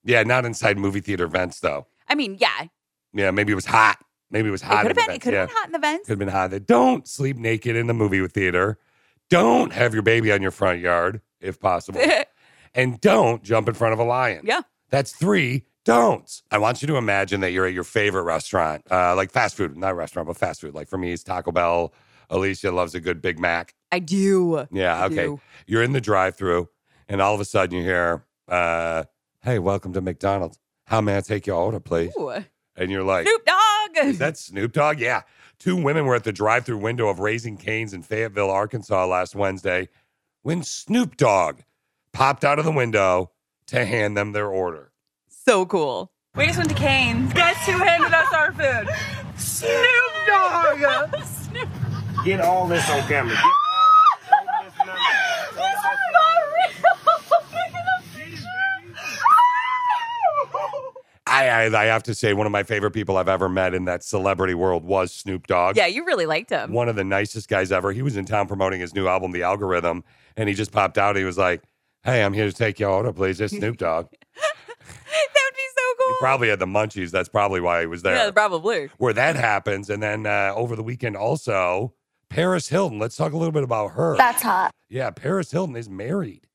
[SPEAKER 1] yeah, not inside movie theater vents though.
[SPEAKER 2] I mean, yeah.
[SPEAKER 1] Yeah, maybe it was hot. Maybe it was hot.
[SPEAKER 2] it could have
[SPEAKER 1] in the
[SPEAKER 2] been. It
[SPEAKER 1] vents,
[SPEAKER 2] could
[SPEAKER 1] yeah.
[SPEAKER 2] have been hot in the vents.
[SPEAKER 1] Could have been hot. They Don't sleep naked in the movie theater. Don't have your baby on your front yard if possible, and don't jump in front of a lion.
[SPEAKER 2] yeah.
[SPEAKER 1] That's three don'ts. I want you to imagine that you're at your favorite restaurant, uh, like fast food, not restaurant, but fast food. Like for me, it's Taco Bell. Alicia loves a good Big Mac.
[SPEAKER 2] I do.
[SPEAKER 1] Yeah,
[SPEAKER 2] I
[SPEAKER 1] okay.
[SPEAKER 2] do.
[SPEAKER 1] You're in the drive through and all of a sudden you hear, uh, hey, welcome to McDonald's. How may I take your order, please?
[SPEAKER 2] Ooh.
[SPEAKER 1] And you're like,
[SPEAKER 2] Snoop Dogg.
[SPEAKER 1] is that Snoop Dogg? Yeah. Two women were at the drive through window of Raising Canes in Fayetteville, Arkansas last Wednesday when Snoop Dogg popped out of the window to hand them their order.
[SPEAKER 2] So cool.
[SPEAKER 20] We just went to Cane's. Guess who handed us our food? Snoop Dogg. Snoop.
[SPEAKER 21] Get all this on camera.
[SPEAKER 20] This is not real.
[SPEAKER 1] I, I, I have to say, one of my favorite people I've ever met in that celebrity world was Snoop Dogg.
[SPEAKER 2] Yeah, you really liked him.
[SPEAKER 1] one of the nicest guys ever. He was in town promoting his new album, The Algorithm, and he just popped out. He was like, "Hey, I'm here to take your order, please." It's Snoop Dogg. He probably had the munchies. That's probably why he was there.
[SPEAKER 2] Yeah, probably.
[SPEAKER 1] Where that happens, and then uh, over the weekend also, Paris Hilton. Let's talk a little bit about her.
[SPEAKER 2] hot.
[SPEAKER 1] yeah. Paris Hilton is married.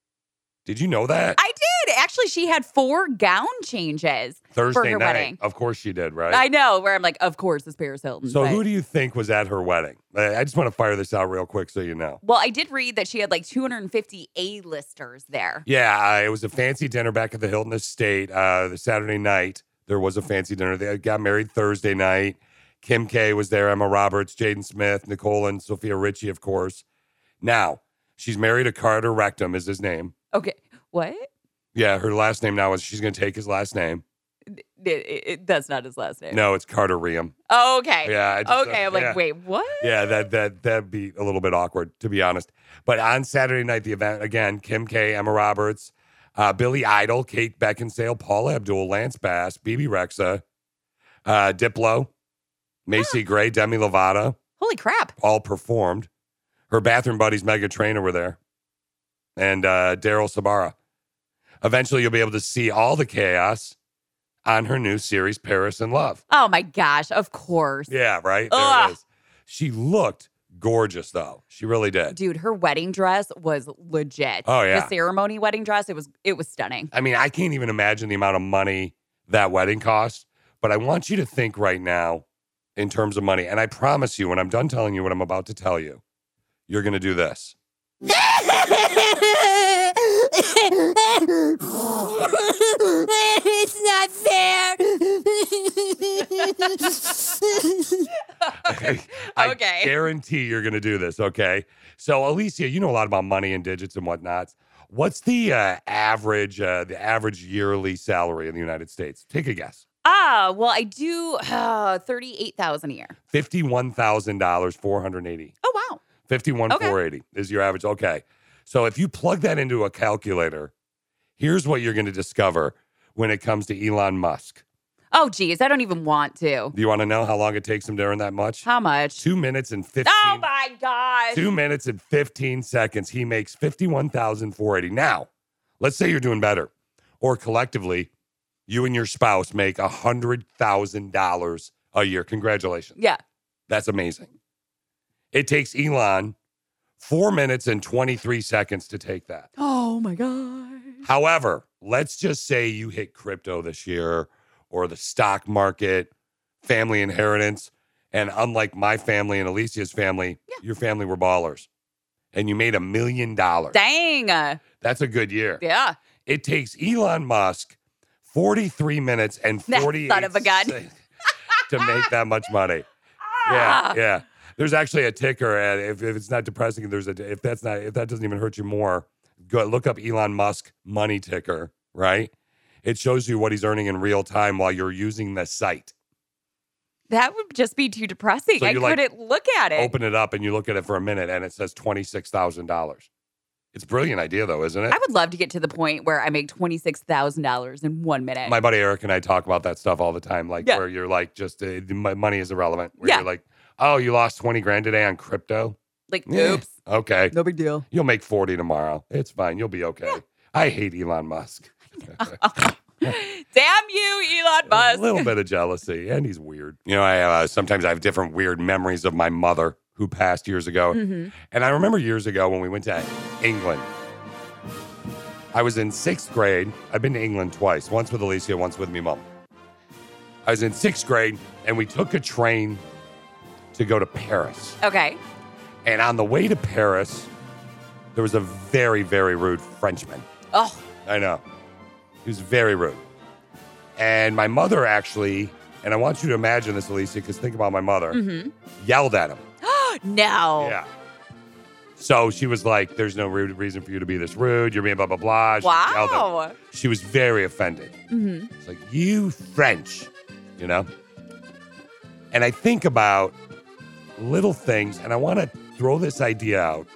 [SPEAKER 1] Did you know that?
[SPEAKER 2] I did. Actually, she had four gown changes for
[SPEAKER 1] Thursday
[SPEAKER 2] her
[SPEAKER 1] night,
[SPEAKER 2] wedding.
[SPEAKER 1] of course she did, right?
[SPEAKER 2] I know, where I'm like, of course, it's Paris Hilton.
[SPEAKER 1] So
[SPEAKER 2] but-
[SPEAKER 1] who do you think was at her wedding? I I just want to fire this out real quick so you know.
[SPEAKER 2] well, I did read that she had like 250 A-listers there.
[SPEAKER 1] Yeah, uh, it was a fancy dinner back at the Hilton Estate. Uh, the Saturday night there was a fancy dinner. They got married Thursday night. Kim K was there. Emma Roberts, Jaden Smith, Nicole, and Sophia Ritchie, of course. Now she's married to Carter Rectum. Is his name?
[SPEAKER 2] Okay. What?
[SPEAKER 1] Yeah, her last name now is she's going to take his last name.
[SPEAKER 2] It- it- it- that's not his last name.
[SPEAKER 1] No, it's Carter Ream.
[SPEAKER 2] Oh, okay.
[SPEAKER 1] Yeah, I just- uh,
[SPEAKER 2] okay. I'm like,
[SPEAKER 1] yeah.
[SPEAKER 2] wait, what?
[SPEAKER 1] Yeah, that that that'd be a little bit awkward to be honest. But on Saturday night, the event again: Kim K, Emma Roberts, uh, Billy Idol, Kate Beckinsale, Paula Abdul, Lance Bass, BB Rexa, uh, Diplo, Macy Gray, Demi Lovato,
[SPEAKER 2] Holy crap.
[SPEAKER 1] all performed. Her bathroom buddies, Mega Trainer, were there, and uh, Daryl Sabara. Eventually, you'll be able to see all the chaos on her new series, Paris in Love.
[SPEAKER 2] Oh my gosh. Of course.
[SPEAKER 1] Yeah, right. There
[SPEAKER 2] Ugh.
[SPEAKER 1] it is. She looked gorgeous though. She really did.
[SPEAKER 2] Dude, her wedding dress was legit.
[SPEAKER 1] Oh, yeah.
[SPEAKER 2] The ceremony wedding dress, it was it was stunning.
[SPEAKER 1] I mean, I can't even imagine the amount of money that wedding cost, but I want you to think right now in terms of money. And I promise you, when I'm done telling you what I'm about to tell you, you're going to do this.
[SPEAKER 20] it's not fair.
[SPEAKER 2] okay.
[SPEAKER 1] I guarantee you're going to do this. Okay. So, Alicia, you know a lot about money and digits and whatnot. What's the uh, average uh, the average yearly salary in the United States? Take a guess.
[SPEAKER 2] Ah, well, I do uh, 38,000 a year.
[SPEAKER 1] Fifty-one thousand dollars, four hundred eighty.
[SPEAKER 2] Oh, wow.
[SPEAKER 1] Fifty-one four eighty is your average. Okay. So if you plug that into a calculator, here's what you're going to discover when it comes to Elon Musk.
[SPEAKER 2] Oh, geez, I don't even want to.
[SPEAKER 1] Do you want to know how long it takes him to earn that much?
[SPEAKER 2] How much?
[SPEAKER 1] Two minutes and fifteen.
[SPEAKER 2] Oh my gosh.
[SPEAKER 1] Two minutes and 15 seconds. He makes 51,480. Now, let's say you're doing better, or collectively, you and your spouse make $100,000 a year. Congratulations.
[SPEAKER 2] Yeah.
[SPEAKER 1] That's amazing. It takes Elon four minutes and 23 seconds to take that.
[SPEAKER 2] Oh my god.
[SPEAKER 1] However, let's just say you hit crypto this year or the stock market, family inheritance. And unlike my family and Alicia's family, your family were ballers and you made a million dollars.
[SPEAKER 2] Dang.
[SPEAKER 1] That's a good year.
[SPEAKER 2] Yeah.
[SPEAKER 1] It takes Elon Musk 43 minutes and
[SPEAKER 2] That
[SPEAKER 1] 48
[SPEAKER 2] son of a gun.
[SPEAKER 1] to make that much money. Yeah,
[SPEAKER 2] Ah.
[SPEAKER 1] yeah. There's actually a ticker, and if, if it's not depressing, there's a if that's not if that doesn't even hurt you more, go look up Elon Musk money ticker. Right, it shows you what he's earning in real time while you're using the site.
[SPEAKER 2] That would just be too depressing.
[SPEAKER 1] So
[SPEAKER 2] I
[SPEAKER 1] you, like,
[SPEAKER 2] couldn't look at it.
[SPEAKER 1] Open it up and you look at it for a minute, and it says twenty six thousand dollars. It's a brilliant idea, though, isn't it?
[SPEAKER 2] I would love to get to the point where I make $26,000 in one minute.
[SPEAKER 1] My buddy Eric and I talk about that stuff all the time, like
[SPEAKER 2] Eh, Yeah.
[SPEAKER 1] where you're like, just uh, the mo- money is irrelevant. Where
[SPEAKER 2] Yeah.
[SPEAKER 1] you're like, oh, you lost twenty grand today on crypto.
[SPEAKER 2] like,
[SPEAKER 1] Yeah.
[SPEAKER 2] oops.
[SPEAKER 1] Okay.
[SPEAKER 2] No big deal.
[SPEAKER 1] You'll make 40 tomorrow. It's fine. You'll be okay. I hate Elon Musk.
[SPEAKER 2] Damn you, Elon Musk.
[SPEAKER 1] A little bit of jealousy, and he's weird. You know, I uh, sometimes I have different weird memories of my mother who passed years ago.
[SPEAKER 20] Mhm.
[SPEAKER 1] And I remember years ago when we went to England. I was in sixth grade. I've been to England twice, once with Alicia, once with me mom. I was in sixth grade, and we took a train to go to Paris.
[SPEAKER 2] Okay.
[SPEAKER 1] And on the way to Paris, there was a very, very rude Frenchman.
[SPEAKER 2] Oh,
[SPEAKER 1] I know. He was very rude. And my mother actually, and I want you to imagine this, Alicia, because think about my mother,
[SPEAKER 2] mm-hmm.
[SPEAKER 1] yelled at him.
[SPEAKER 2] no.
[SPEAKER 1] Yeah. So she was like, there's no rude reason for you to be this rude. You're being blah, blah, blah. She yelled at him.
[SPEAKER 2] Wow.
[SPEAKER 1] She was very offended.
[SPEAKER 2] Mm-hmm.
[SPEAKER 1] It's like, you French, you know? And I think about little things, and I want to throw this idea out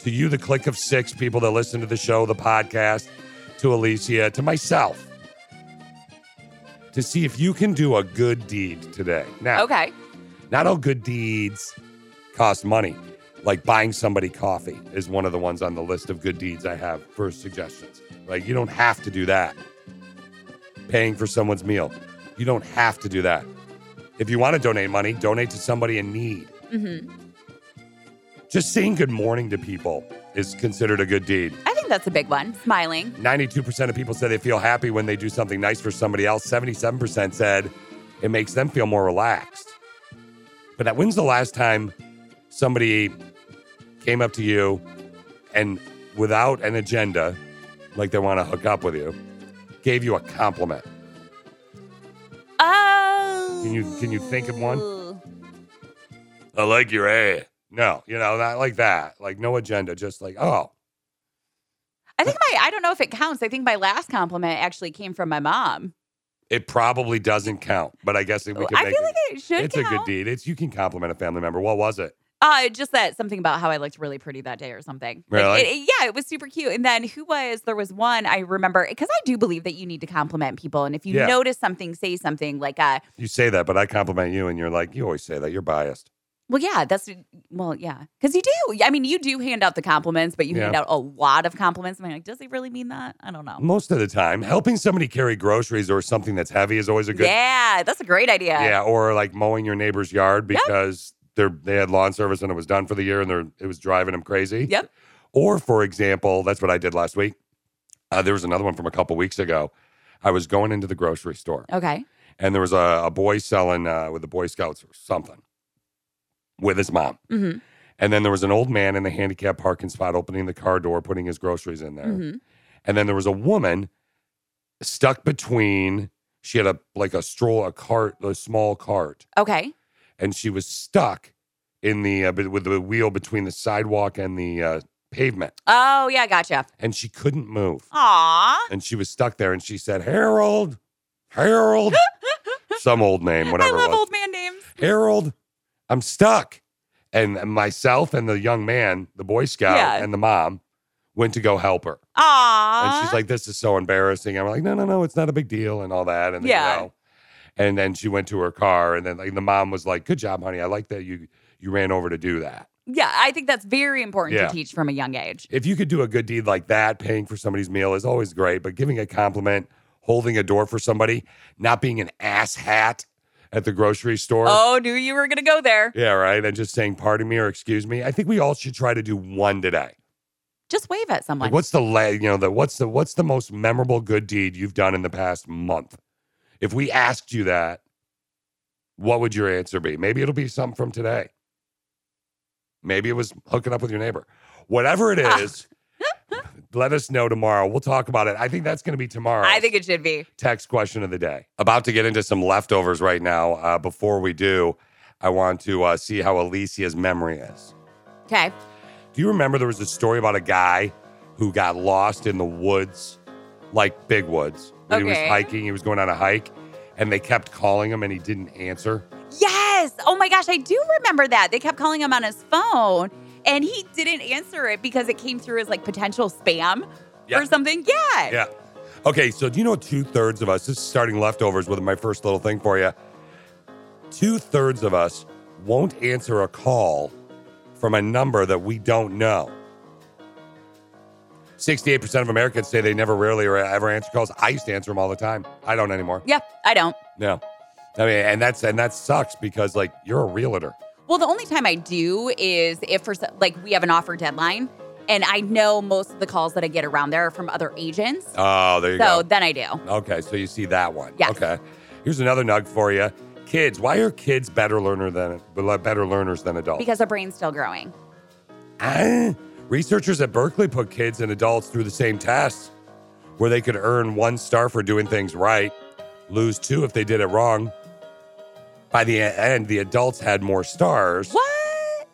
[SPEAKER 1] to you, the click of six people that listen to the show, the podcast, to Alicia, to myself, to see if you can do a good deed today. Now,
[SPEAKER 2] Okay.
[SPEAKER 1] not all good deeds cost money. Like buying somebody coffee is one of the ones on the list of good deeds I have for suggestions. Like, you don't have to do that. Paying for someone's meal, you don't have to do that. If you want to donate money, donate to somebody in need.
[SPEAKER 2] Mm-hmm.
[SPEAKER 1] Just saying good morning to people is considered a good deed.
[SPEAKER 2] I think that's a big one. Smiling.
[SPEAKER 1] 92% of people say they feel happy when they do something nice for somebody else. 77% said it makes them feel more relaxed. But that when's the last time somebody came up to you and without an agenda, like they want to hook up with you, gave you a compliment?
[SPEAKER 2] Oh.
[SPEAKER 1] Can you can you think of one? I like your ass. No, you know, not like that. Like no agenda, just like, oh,
[SPEAKER 2] I think my, I don't know if it counts. I think my last compliment actually came from my mom.
[SPEAKER 1] it probably doesn't count. But I guess we could
[SPEAKER 2] I
[SPEAKER 1] make
[SPEAKER 2] feel
[SPEAKER 1] it.
[SPEAKER 2] like it should
[SPEAKER 1] it's
[SPEAKER 2] count.
[SPEAKER 1] a good deed. It's you can compliment a family member. What was it?
[SPEAKER 2] Uh, just that something about how I looked really pretty that day or something. Like,
[SPEAKER 1] Really?
[SPEAKER 2] it- it- yeah, it was super cute. And then who was there was one I remember because I do believe that you need to compliment people, and if you
[SPEAKER 1] Yeah.
[SPEAKER 2] notice something, say something like, uh,
[SPEAKER 1] You say that, but I compliment you, and you're like, you always say that. You're biased.
[SPEAKER 2] "Well, yeah, that's well, yeah," because you do. I mean, you do hand out the compliments, but you hand
[SPEAKER 1] Yeah.
[SPEAKER 2] out a lot of compliments. I'm like, does he really mean that? I don't know.
[SPEAKER 1] Most of the time, helping somebody carry groceries or something that's heavy is always a good.
[SPEAKER 2] yeah, that's a great idea.
[SPEAKER 1] Yeah, or like mowing your neighbor's yard because they're, they had lawn service and it was done for the year and they're, it was driving them crazy.
[SPEAKER 2] Yep.
[SPEAKER 1] Or, for example, that's what I did last week. Uh, there was another one from a couple weeks ago. I was going into the grocery store
[SPEAKER 2] Okay.
[SPEAKER 1] and there was a, a boy selling uh, with the Boy Scouts or something with his mom.
[SPEAKER 2] Mm-hmm.
[SPEAKER 1] And then there was an old man in the handicapped parking spot opening the car door, putting his groceries in there.
[SPEAKER 2] Mm-hmm.
[SPEAKER 1] And then there was a woman stuck between, she had a like a stroll, a cart, a small cart,
[SPEAKER 2] Okay.
[SPEAKER 1] and she was stuck in the, uh, be- with the wheel between the sidewalk and the uh, pavement.
[SPEAKER 2] Oh yeah, gotcha.
[SPEAKER 1] And she couldn't move.
[SPEAKER 2] Aw.
[SPEAKER 1] And she was stuck there and she said, Harold, Harold, some old name, whatever
[SPEAKER 2] I
[SPEAKER 1] it
[SPEAKER 2] love
[SPEAKER 1] was.
[SPEAKER 2] old man names.
[SPEAKER 1] Harold, I'm stuck. And myself and the young man, the Boy Scout,
[SPEAKER 2] Yeah.
[SPEAKER 1] and the mom went to go help her.
[SPEAKER 2] Aw.
[SPEAKER 1] And she's like, "This is so embarrassing." I'm like, "No, no, no, it's not a big deal," and all that. And
[SPEAKER 2] Yeah.
[SPEAKER 1] yeah. And then she went to her car, and then like the mom was like, "Good job, honey. I like that you you ran over to do that.
[SPEAKER 2] yeah, I think that's very important
[SPEAKER 1] Yeah.
[SPEAKER 2] to teach from a young age.
[SPEAKER 1] If you could do a good deed like that, paying for somebody's meal is always great. But giving a compliment, holding a door for somebody, not being an ass hat at the grocery store.
[SPEAKER 2] oh, knew you were gonna go there.
[SPEAKER 1] Yeah, right. And just saying, pardon me or excuse me. I think we all should try to do one today.
[SPEAKER 2] Just wave at someone.
[SPEAKER 1] Like, what's the la- you know the what's the what's the most memorable good deed you've done in the past month? If we asked you that, what would your answer be? Maybe it'll be something from today. Maybe it was hooking up with your neighbor. Whatever it
[SPEAKER 2] Ah.
[SPEAKER 1] is, let us know tomorrow. We'll talk about it. I think that's going to be tomorrow
[SPEAKER 2] I think it should be.
[SPEAKER 1] text question of the day. About to get into some leftovers right now. Uh, before we do, I want to uh, see how Alicia's memory is.
[SPEAKER 2] Okay.
[SPEAKER 1] Do you remember there was a story about a guy who got lost in the woods, like big woods? When He
[SPEAKER 2] Okay.
[SPEAKER 1] was hiking, he was going on a hike, and they kept calling him and he didn't answer.
[SPEAKER 2] Yes. Oh my gosh, I do remember that. They kept calling him on his phone and he didn't answer it because it came through as like potential spam
[SPEAKER 1] Yeah.
[SPEAKER 2] or something. Yeah.
[SPEAKER 1] Yeah. Okay, so do you know two thirds of us, this is starting leftovers with my first little thing for you. Two thirds of us won't answer a call from a number that we don't know. 68% of Americans say they never, rarely, or ever answer calls. I used to answer them all the time. I don't anymore.
[SPEAKER 2] Yeah, I don't.
[SPEAKER 1] No. I mean, and that's and that sucks because like you're a realtor.
[SPEAKER 2] Well, the only time I do is if for some- like we have an offer deadline and I know most of the calls that I get around there are from other agents.
[SPEAKER 1] Oh, there
[SPEAKER 2] So
[SPEAKER 1] you go.
[SPEAKER 2] then I do.
[SPEAKER 1] Okay, so you see that one.
[SPEAKER 2] Yes.
[SPEAKER 1] Okay. Here's another nug for you. Kids, why are kids better learner than better learners than adults?
[SPEAKER 2] Because our brain's still growing.
[SPEAKER 1] Ah, researchers at Berkeley put kids and adults through the same tests where they could earn one star for doing things right, lose two if they did it wrong. By the e- end, the adults had more stars.
[SPEAKER 2] What?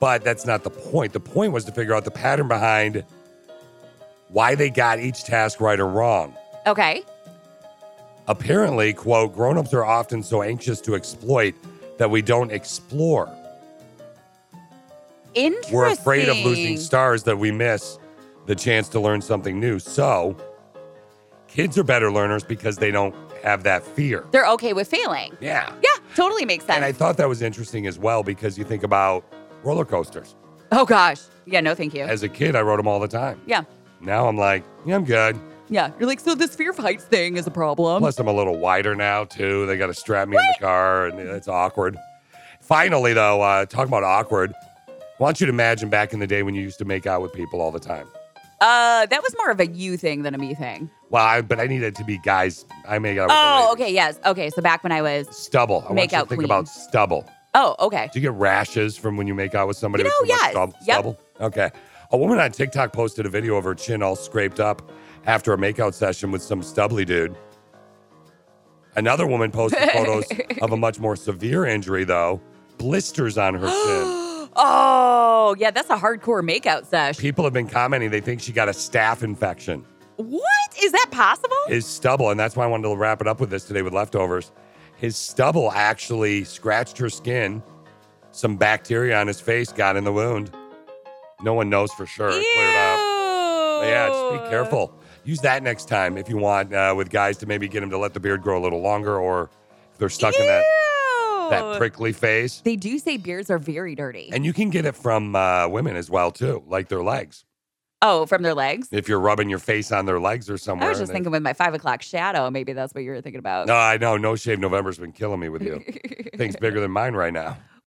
[SPEAKER 1] But that's not the point. The point was to figure out the pattern behind why they got each task right or wrong.
[SPEAKER 2] Okay.
[SPEAKER 1] Apparently, quote, grown-ups are often so anxious to exploit that we don't explore.
[SPEAKER 2] Interesting.
[SPEAKER 1] We're afraid of losing stars that we miss the chance to learn something new. So, kids are better learners because they don't have that fear.
[SPEAKER 2] They're okay with failing.
[SPEAKER 1] Yeah.
[SPEAKER 2] Yeah, totally makes sense.
[SPEAKER 1] And I thought that was interesting as well because you think about roller coasters.
[SPEAKER 2] oh gosh. Yeah, no, thank you.
[SPEAKER 1] As a kid, I rode them all the time.
[SPEAKER 2] yeah. Um,
[SPEAKER 1] Now I'm like, yeah, I'm good.
[SPEAKER 2] Yeah. You're like, so this fear of heights thing is a problem.
[SPEAKER 1] Plus, I'm a little wider now, too. They got to strap me in the car, and it's awkward. Finally, though, uh, talking about awkward, I want you to imagine back in the day when you used to make out with people all the time.
[SPEAKER 2] Uh, that was more of a you thing than a me thing.
[SPEAKER 1] Well, I, but I need it to be guys. I make out with the
[SPEAKER 2] Oh,
[SPEAKER 1] ladies.
[SPEAKER 2] okay, yes. Okay, so back when I was
[SPEAKER 1] stubble. I want you to
[SPEAKER 2] Make-out
[SPEAKER 1] think
[SPEAKER 2] queen.
[SPEAKER 1] about stubble.
[SPEAKER 2] Oh, okay.
[SPEAKER 1] Do you get rashes from when you make out with somebody
[SPEAKER 2] You
[SPEAKER 1] with
[SPEAKER 2] know,
[SPEAKER 1] too much
[SPEAKER 2] yes.
[SPEAKER 1] stub-
[SPEAKER 2] Yep.
[SPEAKER 1] stubble? Okay. A woman on TikTok posted a video of her chin all scraped up after a makeout session with some stubbly dude. Another woman posted photos of a much more severe injury, though blisters on her chin.
[SPEAKER 2] Oh, yeah, that's a hardcore makeout sesh.
[SPEAKER 1] People have been commenting they think she got a staph infection.
[SPEAKER 2] What? Is that possible?
[SPEAKER 1] His stubble, and that's why I wanted to wrap it up with this today with leftovers. His stubble actually scratched her skin. Some bacteria on his face got in the wound. No one knows for sure. It Cleared up. But Yeah, just be careful. Use that next time if you want uh, with guys to maybe get them to let the beard grow a little longer, or if they're stuck in that that prickly phase.
[SPEAKER 2] They do say beards are very dirty.
[SPEAKER 1] And you can get it from uh, women as well too, like their legs.
[SPEAKER 2] oh, from their legs?
[SPEAKER 1] If you're rubbing your face on their legs or somewhere.
[SPEAKER 2] I was
[SPEAKER 1] and
[SPEAKER 2] just
[SPEAKER 1] it-
[SPEAKER 2] thinking with my five o'clock shadow, maybe that's what you were thinking about.
[SPEAKER 1] No, I know. No Shave November's been killing me with you. Things bigger than mine right now.